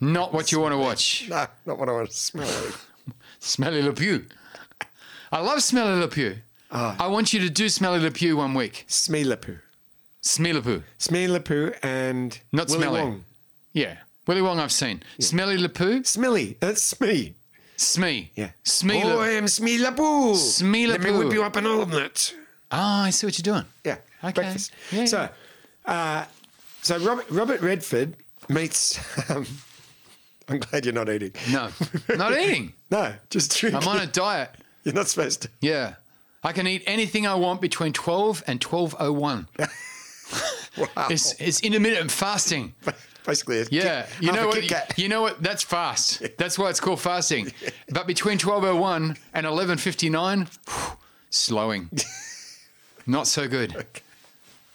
Not what you want to watch.
No, not what I want to smell. of.
Smelly Le Pew. I love Smelly Le Pew.
Oh.
I want you to do Smelly Le Pew one week.
Smealapoo.
Smelly Le Pew.
Smealapoo and
Not
Willy
smelly.
Wong.
Yeah. Willy Wong I've seen. Smelly Le Pew.
Smelly. That's me.
Smee.
Yeah.
Smee
Oh, I
Le
am Smealapoo. Let me
Smealapoo.
whip you up an omelette.
Ah, I see what you're doing.
Yeah.
Okay.
Breakfast.
Yeah,
so,
yeah.
uh, so Robert, Robert Redford meets. Um, I'm glad you're not eating.
No. Not eating.
No, just drinking.
I'm on a diet.
You're not supposed to.
Yeah. I can eat anything I want between 12 and 12.01.
Wow.
It's, it's intermittent fasting.
Basically, a
Yeah.
Kit,
You
half
know
a
what?
Kit Kat.
You know what? That's fast. That's why it's called fasting. But between 12.01 and 11.59, whew, slowing. Not so good.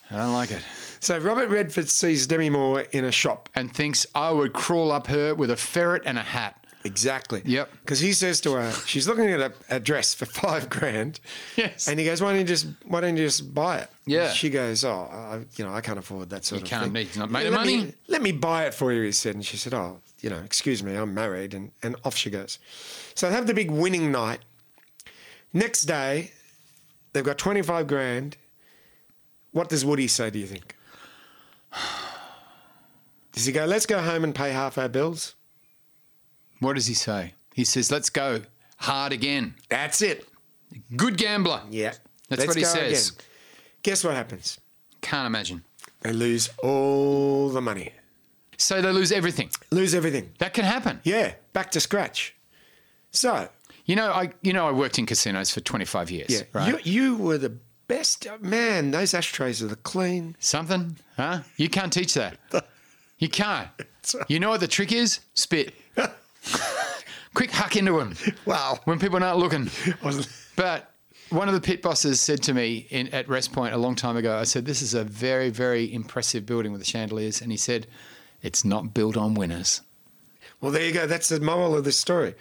I don't like it.
So Robert Redford sees Demi Moore in a shop.
And thinks I would crawl up her with a ferret and a hat.
Exactly.
Yep.
Because he says to her, she's looking at a, a dress for five grand.
Yes.
And he goes, why don't you just why don't you just buy it?
Yeah.
She goes, oh, I, you know, I can't afford that sort
You
of
can't.
thing.
He's not made
"Let
of
me-
money."
let me buy it for you, he said. And she said, oh, you know, excuse me, I'm married. And, and off she goes. So they have the big winning night. Next day, they've got 25 grand. What does Woody say, do you think? Does he go, let's go home and pay half our bills?
What does he say? He says, let's go hard again.
That's it.
Good gambler.
Yeah.
That's
Let's
what he
go
says.
again. Guess what happens?
Can't imagine.
They lose all the money.
So they lose everything.
Lose everything.
That can happen.
Yeah, back to scratch. So,
You know, I you know I worked in casinos for 25 years,
yeah,
right?
you, you were the best. uh, Man, those ashtrays are the clean.
Something, huh? You can't teach that. You can't.
all right.
You know what the trick is? Spit. Quick huck into him
Wow.
when people aren't looking.
Was-
But one of the pit bosses said to me in, at Rest Point a long time ago, I said, This is a very, very impressive building with the chandeliers. And he said, It's not built on winners.
Well, there you go. That's the moral of this story.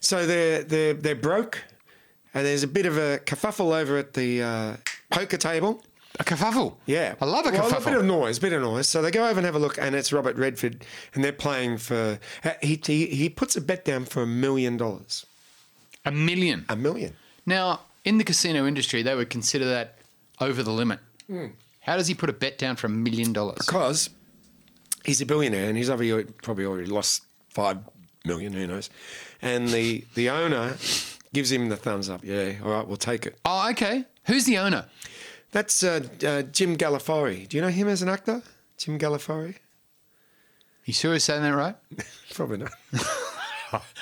So they're, they're, they're broke, and there's a bit of a kerfuffle over at the uh, poker table.
A kerfuffle.
Yeah.
I love a
Well,
kerfuffle.
bit of noise, bit of noise. So they go over and have a look, and it's Robert Redford, and they're playing for. uh, He, he, he puts a bet down for a million dollars.
a million.
A million.
Now, in the casino industry, they would consider that over the limit.
Hmm.
How does he put a bet down for a million dollars?
Because he's a billionaire and he's obviously probably already lost five million, who knows. And the, the owner gives him the thumbs up. Yeah, all right, we'll take it.
Oh, okay. Who's the owner?
That's uh, uh, Jim Gallifari. Do you know him as an actor? Jim Gallifari?
You sure he's saying that right?
Probably not.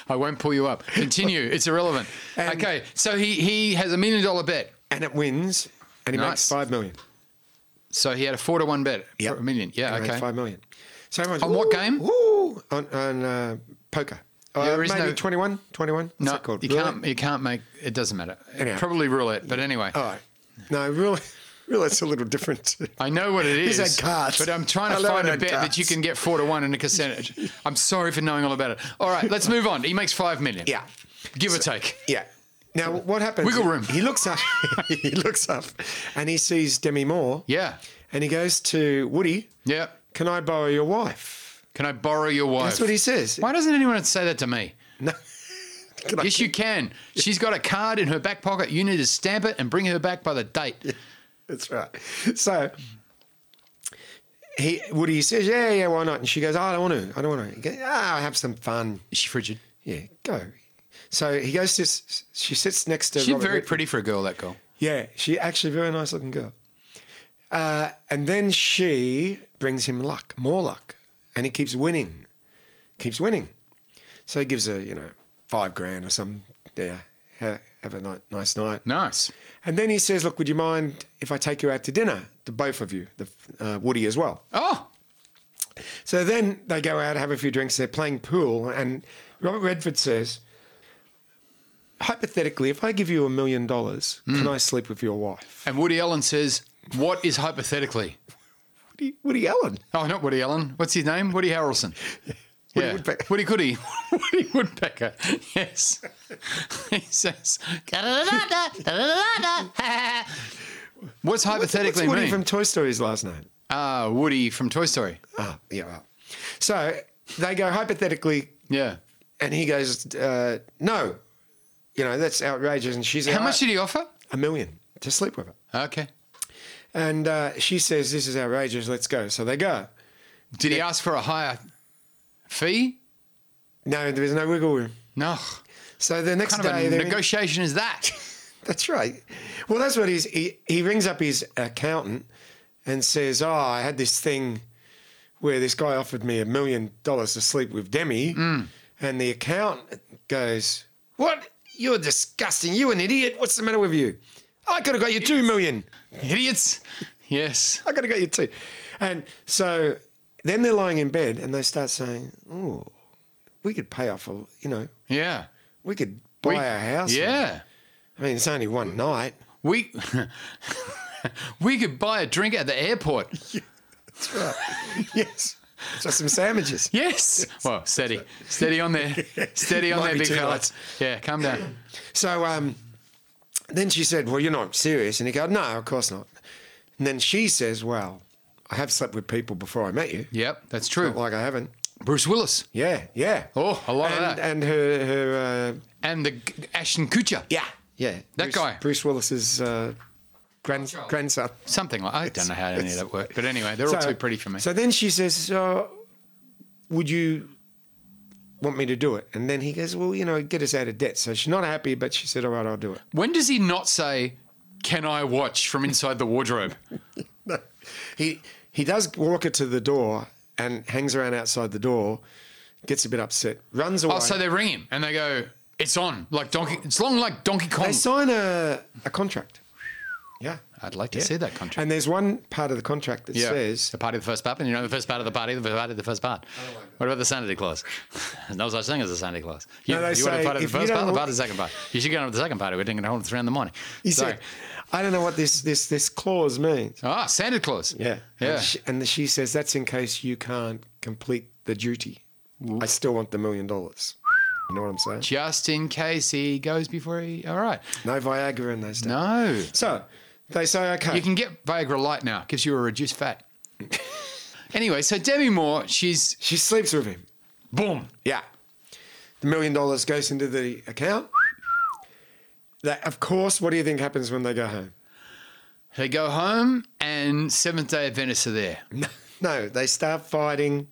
I won't pull you up. Continue. it's irrelevant.
And-
okay. So he, he has a million dollar bet.
And it wins and he
Nice.
makes five million.
So he had a four to one bet
Yep.
for a million. Yeah,
He made
okay.
Five million. So everyone's
On what game?
Woo! On, on uh, poker. Uh,
There is
maybe
no-
21? 21? What's
No,
that called?
you
Roulette?
can't. You can't make. It doesn't matter.
Anyhow. Oh.
Probably roulette. But anyway,
All right. No, really, really, it's a little different.
I know what it is.
He's had cards.
But I'm trying
I
to
love
find a
it,
bet that you
cards.
can get four to one in a percentage. I'm sorry for knowing all about it. All right, let's move on. He makes five million.
Yeah.
Give or take.
Yeah. Now what happens?
Wiggle room.
He looks up. he looks up, and he sees Demi Moore.
Yeah.
And he goes to Woody.
Yeah.
Can I borrow your wife?
Can I borrow your wife?
That's what he says.
Why doesn't anyone say that to me?
No. Can I-
Yes, you can. She's got a card in her back pocket. You need to stamp it and bring her back by the date.
That's right. So he Woody says, "Yeah, yeah, why not?" And she goes, "Oh, "I don't want to. I don't want to." He goes, "Ah, have some fun.
Is she frigid?
Yeah, go." So he goes to. s- She sits next to.
She's
Robert
very
Redford.
pretty for a girl, that girl.
Yeah, she actually very nice looking girl. Uh, and then she brings him luck, more luck, and he keeps winning, keeps winning. So he gives her, you know, five grand or something. Yeah, ha- have a ni- nice night.
Nice.
And then he says, "Look, would you mind if I take you out to dinner, the both of you, the uh, Woody as well?"
Oh,
So then they go out, have a few drinks, they're playing pool, and Robert Redford says, "Hypothetically, if I give you a million dollars, can
Hmm.
I sleep with your wife?"
and Woody Allen says, "What is hypothetically?"
Woody, Woody Allen.
Oh, not Woody Allen. What's his name? Woody Harrelson.
Woody
yeah.
Woodpecker.
Woody Goody. Woody Woodpecker. Yes. he says, "Da-da-da-da, da-da-da-da." What's hypothetically
What's Woody
mean?
from Toy Story's last name?
Ah, Woody from Toy Story.
Ah, yeah. Well. So they go hypothetically,
Yeah.
and he goes, uh, "No, you know that's outrageous." And she's
How much did he offer?
A million to sleep with her.
Okay.
And uh, she says, "This is outrageous. Let's go." So they go.
Did he ask for a higher fee?
No, there is no wiggle room.
No.
So the next
Kind of
day,
a
they're in-
negotiation is that?
That's right. Well, that's what he's, he he rings up his accountant and says, "Oh, I had this thing where this guy offered me a million dollars to sleep with Demi,"
Mm.
and the accountant goes, "What? You're disgusting. You an idiot. What's the matter with you? I could have got you two million.
Idiots. Yes.
I could have got you two. And so then they're lying in bed and they start saying, "Oh, we could pay off. A, you know,
Yeah.
we could buy a house.
Yeah.
I mean, it's only one night."
We we could buy a drink at the airport.
yes. Just some sandwiches.
Yes. Well, steady, steady on there, steady on
Might
there,
be
big
too
fella.
light.
Yeah, calm down.
So um, then she said, Well, you're not serious. And he goes, No, of course not. And then she says, Well, I have slept with people before I met you.
Yep, that's true.
Not like I haven't.
Bruce Willis
Yeah, yeah.
Oh, a lot of
and, uh,
that.
And her, her uh,
and the g- Ashton Kutcher.
yeah, yeah.
That
Bruce,
guy.
Bruce Willis's uh, grand, grandson.
Something like I don't know how any of that worked, but anyway, they're all too pretty for me.
So then she says, uh, Would you want me to do it? And then he goes, Well, you know, get us out of debt. So she's not happy, but she said, All right, I'll do it.
when does he not say, "Can I watch from inside the wardrobe"?
No. He he does walk her to the door and hangs around outside the door, gets a bit upset, runs away.
Oh, so they ring him and they go, "It's on, like Donkey. It's long like Donkey Kong."
they sign a, a contract. Yeah.
I'd like to see that contract.
And there's one part of the contract that
Yeah.
says
the party of the first part, and you know the first part of the party, the first part of the first part. What about the Santa Claus? There's no such thing as a Santa Claus. You,
No, they
you want
say
to party of
if
the
you
first part,
don't-
the part of the second part. You should go on with the second part. We're going to hold it around the morning.
he
So-
said, I don't know what this this this clause means.
ah, Santa Claus. yeah.
And she, and she says that's in case you can't complete the duty. I still want the million dollars. You know what I'm saying?
Just in case he goes before he. All right.
No Viagra in those days.
No,
So they say okay.
you can get Viagra Light now. Gives you a reduced fat. anyway, so Demi Moore, she's
she sleeps with him.
boom.
Yeah. The million dollars goes into the account. That, of course, what do you think happens when they go home?
They go home, and Seventh Day Adventists are there.
No, no, they start fighting.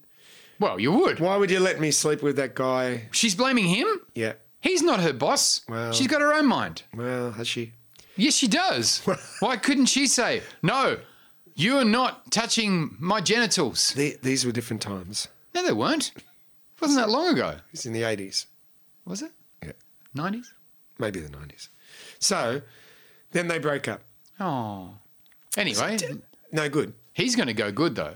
Well, you would.
Why would you let me sleep with that guy?
She's blaming him.
Yeah.
He's not her boss.
Well-
She's got her own mind.
Well, has she?
Yes, she does. Why couldn't she say, no, you are not touching my genitals?
The, these were different times.
No, they weren't. It wasn't that long ago,
It's in the 80s.
was it?
Yeah.
90s?
Maybe the 90s. So then they break up.
Oh. Anyway,
No good.
he's going to go good, though.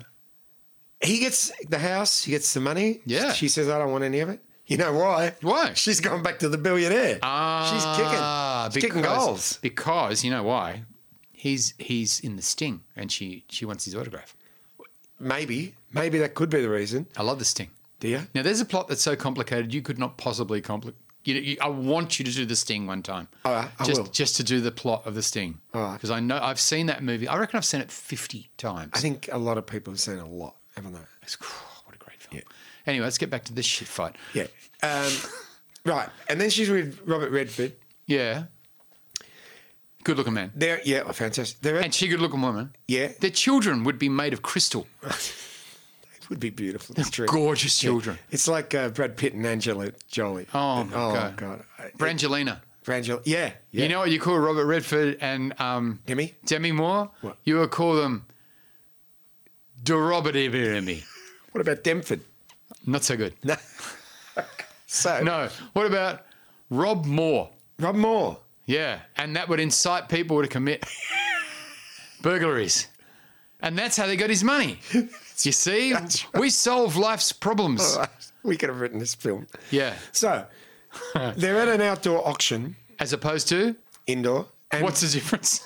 He gets the house, he gets the money.
Yeah.
She says, I don't want any of it. You know why?
Why?
She's gone back to the billionaire.
Uh, Ah,
She's kicking. She's kicking
because-
goals.
Because, you know why? He's he's in the sting and she, she wants his autograph.
Maybe. Maybe that could be the reason.
I love the sting.
Do you?
Now, there's a plot that's so complicated you could not possibly compli- You, you, I want you to do the Sting one time.
All right, Oh, I
just,
will.
Just to do the plot of the Sting.
All right.
Because I know I've seen that movie. I reckon I've seen it fifty times.
I think a lot of people have seen a lot, haven't they?
It's- what a great film. Anyway, let's get back to this shit fight.
Yeah. Um, right. And then she's with Robert Redford.
Yeah. Good looking man.
They're, yeah, oh, fantastic. They're,
And she good looking woman.
Yeah.
Their children would be made of crystal.
it would be beautiful. It's true.
Gorgeous children.
It's like uh, Brad Pitt and Angela Jolie.
Oh, my God.
God. I-
Brangelina.
Brangela. Yeah. Yeah.
You know what you call Robert Redford and um,
Demi?
Demi Moore?
What?
You would call them derogatively.
what about Demford?
Not so good.
No. so,
No. What about Rob Moore?
Rob Moore.
Yeah. And that would incite people to commit burglaries. And that's how they got his money. You see, we solve life's problems.
We could have written this film.
Yeah.
So, they're at an outdoor auction,
As opposed to,
indoor. And
what's the difference?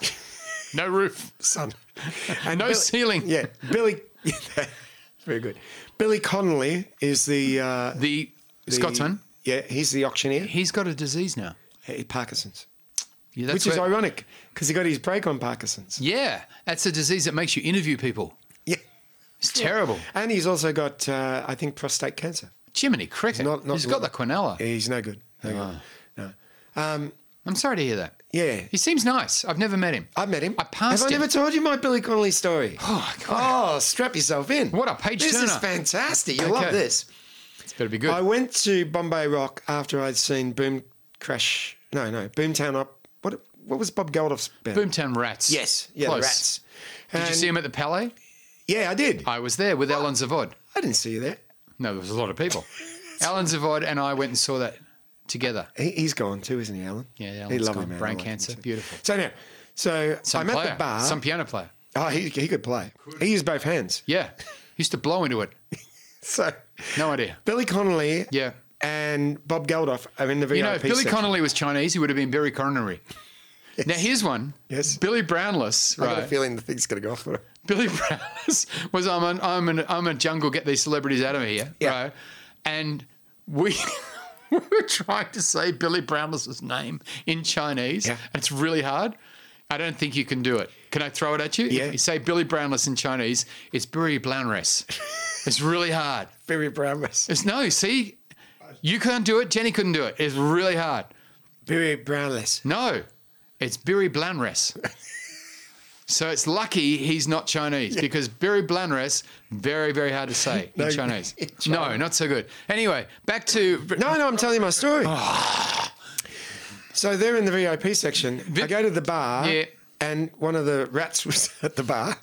no roof,
son? And
no
Billy-
ceiling.
Yeah, Billy. very good. Billy Connolly is the, uh,
The,
the-
Scotsman,
Yeah, he's the auctioneer.
he's got a disease now.
Hey, Parkinson's,
Yeah, that's
which is
where-
ironic because he got his break on Parkinson's.
yeah, that's a disease that makes you interview people.
Yeah,
It's terrible.
and he's also got, uh, I think, prostate cancer.
Jiminy cricket.
Not- not-
he's got the quinella.
Yeah, he's no good. No
Ah.
good. No.
I'm sorry to hear that.
Yeah.
He seems nice. I've never met him.
I met him.
I passed
Have
him.
I never told you my Billy Connolly story?
Oh, God.
Oh, strap yourself in.
What a page
This is
turner.
fantastic. You love
Okay.
this.
It's better be good.
I went to Bombay Rock after I'd seen Boom Crash. No, no, Boomtown Up. What? What was Bob Geldof's band?
Boomtown Rats.
Yes, yeah,
Close.
the Rats.
Did you
And-
see him at the Palais?
Yeah, I did. I,
I was there with Alan Zavod.
didn't see you there.
No, there was a lot of people. Alan Zavod and I went and saw that together.
He, he's gone too, isn't he, Alan?
Yeah, Alan's
he's
gone.
man. I
Brain
like him
cancer.
too.
Beautiful.
So now, so
Some
I'm
player.
at the bar.
Some piano player.
oh, he, he could play. He used both hands.
Yeah. Used to blow into it.
So
No idea.
Billy Connolly.
Yeah.
And Bob Geldof are in the VIP
You know, if Billy
section.
Connolly was Chinese, he would have been very coronary. Now, here's one.
Yes.
Billy Brownless,
I got
right?
a feeling the thing's going to go off. with it.
Billy Brownless was I'm an I'm an I'm a jungle. Get these celebrities out of here,
Yeah.
right? And we we were trying to say Billy Brownless's name in Chinese,
Yeah.
and it's really hard. I don't think you can do it. Can I throw it at you?
Yeah.
If you say Billy Brownless in Chinese, it's Billy Brownless. it's really hard.
Very Brownless.
It's no. See, you can't do it. Jenny couldn't do it. It's really hard.
Very Brownless.
No, it's Barry Blanres. so it's lucky he's not Chinese because Barry Blanres, very, very hard to say in Chinese.
in
No, not so good. Anyway, back to.
No, no, I'm telling you my story.
Oh.
So they're in the VIP section. I go to the bar,
Yeah.
and one of the rats was at the bar.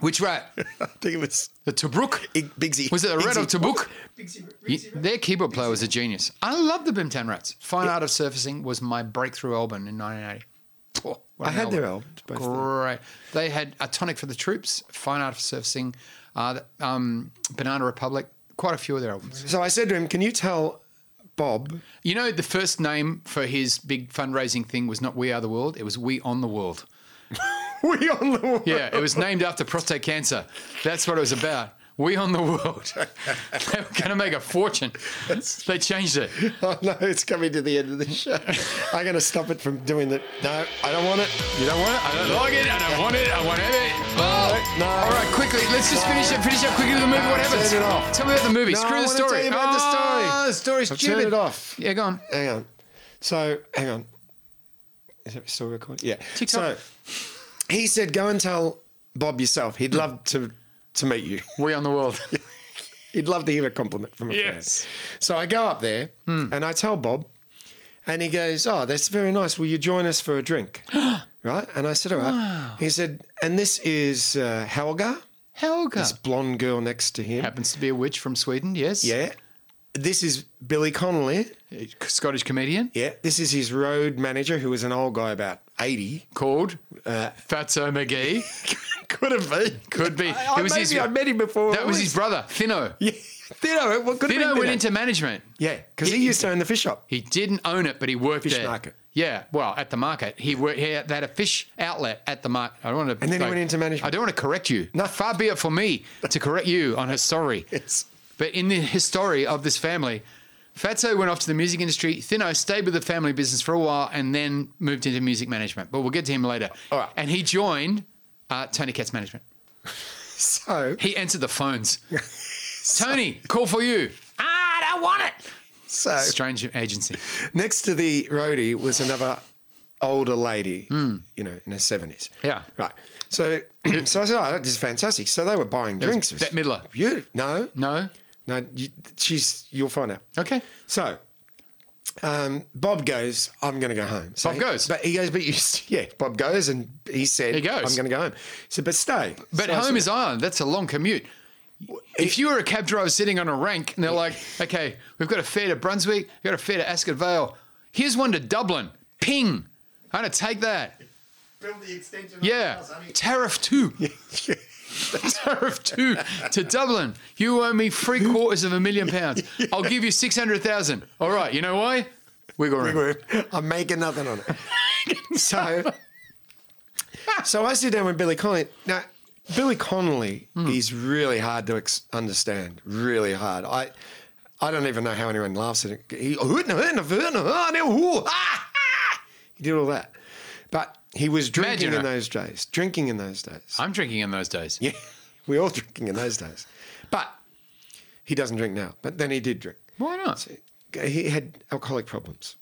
Which rat?
I think it was
The Tobruk?
Ig- Bigsy.
Was it the rat of
Bigsy.
Tobruk? Ye- Their keyboard player was a genius. I love the Boomtown Rats. Fine Art of Surfacing was my breakthrough album in 1980. Oh, what
I
an
had their albums, both of them.
Great. They had A Tonic for the Troops, Fine Art of Surfacing, uh, um, Banana Republic, quite a few of their albums.
So I said to him, "Can you tell Bob?"
You know, the first name for his big fundraising thing was not We Are the World, it was We On the World.
We on the wall.
Yeah, it was named after prostate cancer. That's what it was about. We On the World. they were going to make a fortune. They changed it.
Oh no, it's coming to the end of the show. I'm going to stop it from doing that. No, I don't want it.
You don't want it? I don't like it. I don't want it. I want it. Oh.
No, no.
All right, quickly. Let's just finish it. Finish up quickly with the movie. What happens?
Turn it off.
Tell me about the movie.
No, I
Screw the
wanna
story.
tell you about the story.
Oh, the story's
I've
stupid.
turned it off.
Yeah, go on.
Hang on. So hang on. Is it still recording? Yeah.
TikTok.
So he said, "Go and tell Bob yourself. He'd love to to meet you."
We On the World.
He'd love to hear a compliment from a
Yes. Hmm.
friend. So I go up there and I tell Bob, and he goes, Oh, that's very nice. Will you join us for a drink? right? And I said, All right. He said, And this is uh, Helga,
Helga.
this blonde girl next to him.
Happens to be a witch from Sweden, yes.
Yeah. This is Billy Connolly.
Scottish comedian.
Yeah. This is his road manager, who was an old guy about 80.
called uh, Fatso McGee.
Could have been.
Could be.
I,
It was
maybe
his-
I met him before.
That was his brother, Thinno.
Yeah. Thinno, what could have
Thinno
been
went
Thinno.
into management.
Yeah, because he used to own the fish shop.
He didn't own it, but he worked
Fish
there.
market.
Yeah, well, at the market, he worked. He had they had a fish outlet at the market. I don't want to.
And then he went into management.
I don't want to correct you.
No.
far be it for me to correct you on her story.
Yes.
But in the history of this family, Fatso went off to the music industry. Thinno stayed with the family business for a while and then moved into music management. But we'll get to him later.
All right.
And he joined uh, Tony Katz Management.
So,
He answered the phones. Tony, call for you. Ah, I don't want it.
so
Strange agency.
next to the roadie was another older lady, you know, in her 70s.
Hmm. Yeah.
Right. So, so I said, oh, that is fantastic. So they were buying drinks.
Bette Midler.
You, no,
No.
no, you, she's, you'll find out.
Okay.
So, um, Bob goes, I'm going to go home. So
Bob
he-
goes?
But he goes, but you, yeah, Bob goes and he said,
He goes.
I'm going to go home. He said, but stay.
But
So I
home
said,
is Ireland. That's a long commute. If you were a cab driver sitting on a rank and they're like, okay, we've got a fare to Brunswick, we've got a fare to Ascot Vale. Here's one to Dublin. Ping. I'm going to take that.
Build the extension. of the
Yeah.
house, honey.
Tariff two. Tariff two to Dublin. You owe me three quarters of a million pounds. I'll give you 600,000. All right. You know why? Wiggle room.
I'm making nothing on it. so, so I sit down with Billy Connolly. Now, Billy Connolly is really hard to ex- understand. Really hard. I, I don't even know how anyone laughs at it. He, he did all that, but he was drinking
Imagine
in
it.
those days. Drinking in those days.
I'm drinking in those days.
Yeah, we all drinking in those days, but he doesn't drink now. But then he did drink.
Why not?
He had alcoholic problems.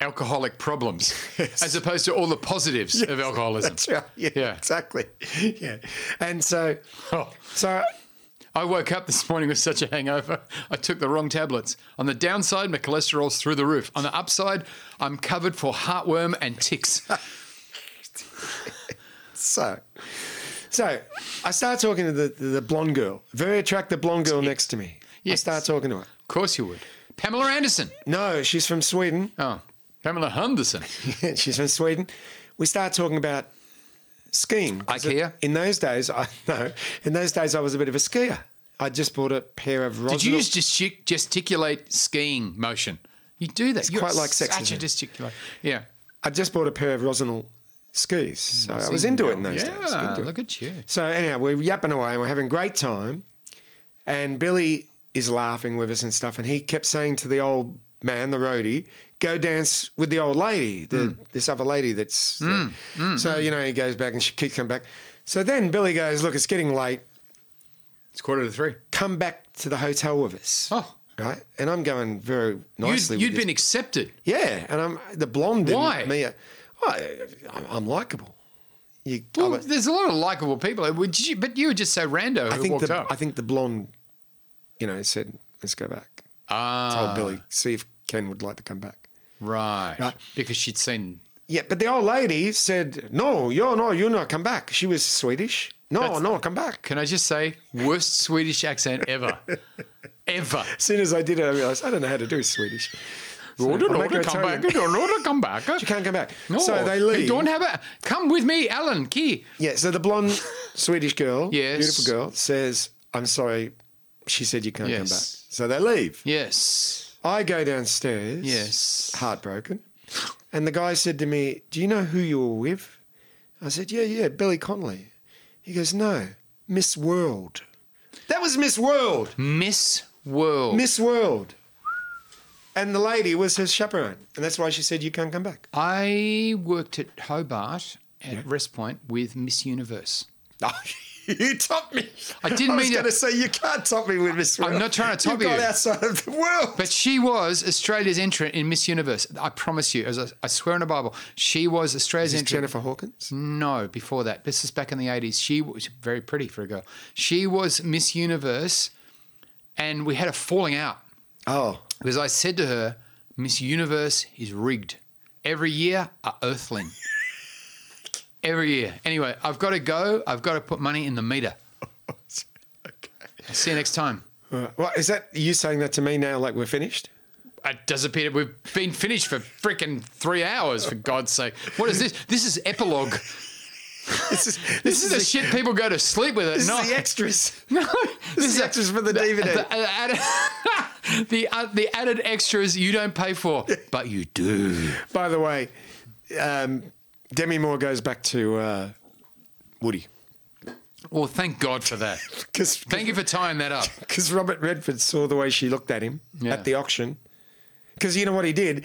Alcoholic problems, as opposed to all the positives of alcoholism.
That's right. Yeah,
Yeah.
exactly. Yeah. And so,
Oh.
so
I woke up this morning with such a hangover. I took the wrong tablets. On the downside, my cholesterol's through the roof. On the upside, I'm covered for heartworm and ticks.
so, so I start talking to the, the, the blonde girl, very attractive blonde girl next to me.
Yes.
I start talking to her.
Of course you would. Pamela Anderson.
No, she's from Sweden.
Oh, Pamela Henderson.
she's from Sweden. We start talking about skiing. 'Cause
Ikea?
In those days, I no. In those days, I was a bit of a skier. I just bought a pair of.
Did you just gestic- gesticulate skiing motion? You do that. It's
quite like sex,
Such a
isn't it?
gesticulate. Yeah.
I just bought a pair of Rosinal skis. So I was into it in those days.
Yeah.
Into it.
Look at you.
So anyhow, we're yapping away and we're having a great time. And Billy is laughing with us and stuff. And he kept saying to the old man, the roadie, go dance with the old lady, the,
Mm.
this other lady that's. there." So, you know, he goes back and she keeps coming back. So then Billy goes, look, it's getting late.
It's quarter to three.
Come back to the hotel with us.
Oh.
Right? And I'm going very
You'd,
nicely. with
you'd
this.
been accepted.
Yeah. And I'm the blonde. in
Why?
Me, oh, I, I'm- I'm likable. You,
Well,
I'm a-
there's a lot of likable people. Would you- but you were just so rando
I
who
think
walked
the
up.
I think the blonde, you know, said, "Let's go back." Told Billy, see if Ken would like to come back.
Ah, Right.
Right.
Because she'd seen.
Yeah, but the old lady said, "No, you're no, you not come back." She was Swedish. No, no, come back.
Can I just say, worst Swedish accent ever, ever.
As soon as I did it, I realised I don't know how to do Swedish. So
Order,
I'll make
order,
her
come
Italian.
back. Order, order, come back.
She can't come back.
No,
so they
you
leave.
don't have a. Come with me, Alan Key.
Yeah, so the blonde Swedish girl,
Yes.
beautiful girl, says, "I'm sorry." She said, "You can't come back."
Yes.
So they leave.
Yes.
I go downstairs.
Yes.
Heartbroken. And the guy said to me, Do you know who you were with? I said, Yeah, yeah, Billy Connolly. He goes, No, Miss World. That was Miss World.
Miss World.
Miss World. And the lady was his chaperone. And that's why she said, You can't come back.
I worked at Hobart at Rest Point with Miss Universe.
Oh, you topped me.
I didn't
was
mean to-
going to say, You can't top me with Miss World.
not trying to top
You've
you.
got outside of the world.
But she was Australia's entrant in Miss Universe. I promise you, as I, I swear on the Bible, she was Australia's
Is
entrant.
Jennifer Hawkins?
No, before that. This is back in the 80s. She was very pretty for a girl. She was Miss Universe, and we had a falling out
Oh.
because I said to her, Miss Universe is rigged. Every year, a earthling. Every year. Anyway, I've got to go. I've got to put money in the meter. I'll see you next time.
All right. Well, is that you saying that to me now, like we're finished?
It does appear that we've been finished for freaking three hours, for God's sake. What is this? This is epilogue.
This is, this
This is the shit people go to sleep with at
This
night.
is the extras.
No,
This is the extras for the DVD.
The, uh, added, the, uh, the added extras you don't pay for, but you do.
By the way, um, Demi Moore goes back to uh, Woody.
Well, thank God for that.
Because
Thank you for tying that up.
because Robert Redford saw the way she looked at him
Yeah.
at the auction. Because you know what he did?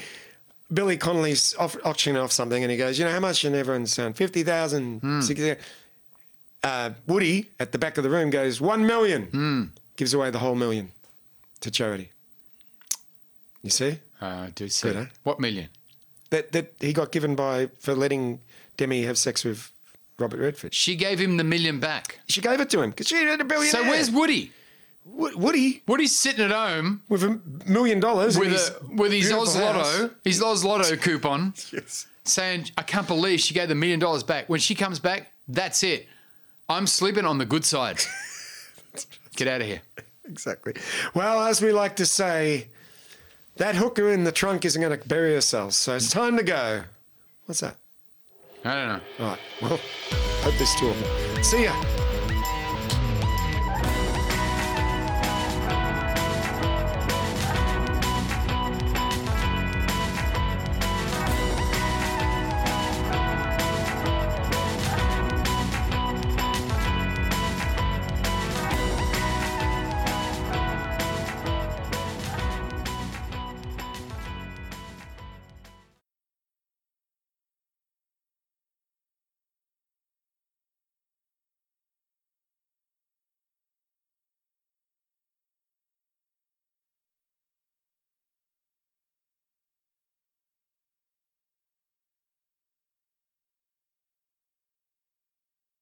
Billy Connolly's off, auctioning off something and he goes, you know, how much? And everyone's saying, 50,000, 60,000. Uh, Woody at the back of the room goes, 1 million. Gives away the whole million to charity. You see?
Uh, I do see.
Good, eh?
What million?
That, that he got given by for letting Demi have sex with Robert Redford.
She gave him the million back.
She gave it to him because she had a billion.
So where's Woody?
Woody
Woody's sitting at home
with a million dollars in
with
his
a, with his
beautiful
Oz
house?
Lotto, his Oz Lotto coupon,
Yes.
saying, "I can't believe she gave the million dollars back." When she comes back, that's it. I'm sleeping on the good side. Get out of here.
Exactly. Well, as we like to say, that hooker in the trunk isn't going to bury herself, so it's time to go. What's that?
I don't know.
All right. Well, hope this tour. See ya.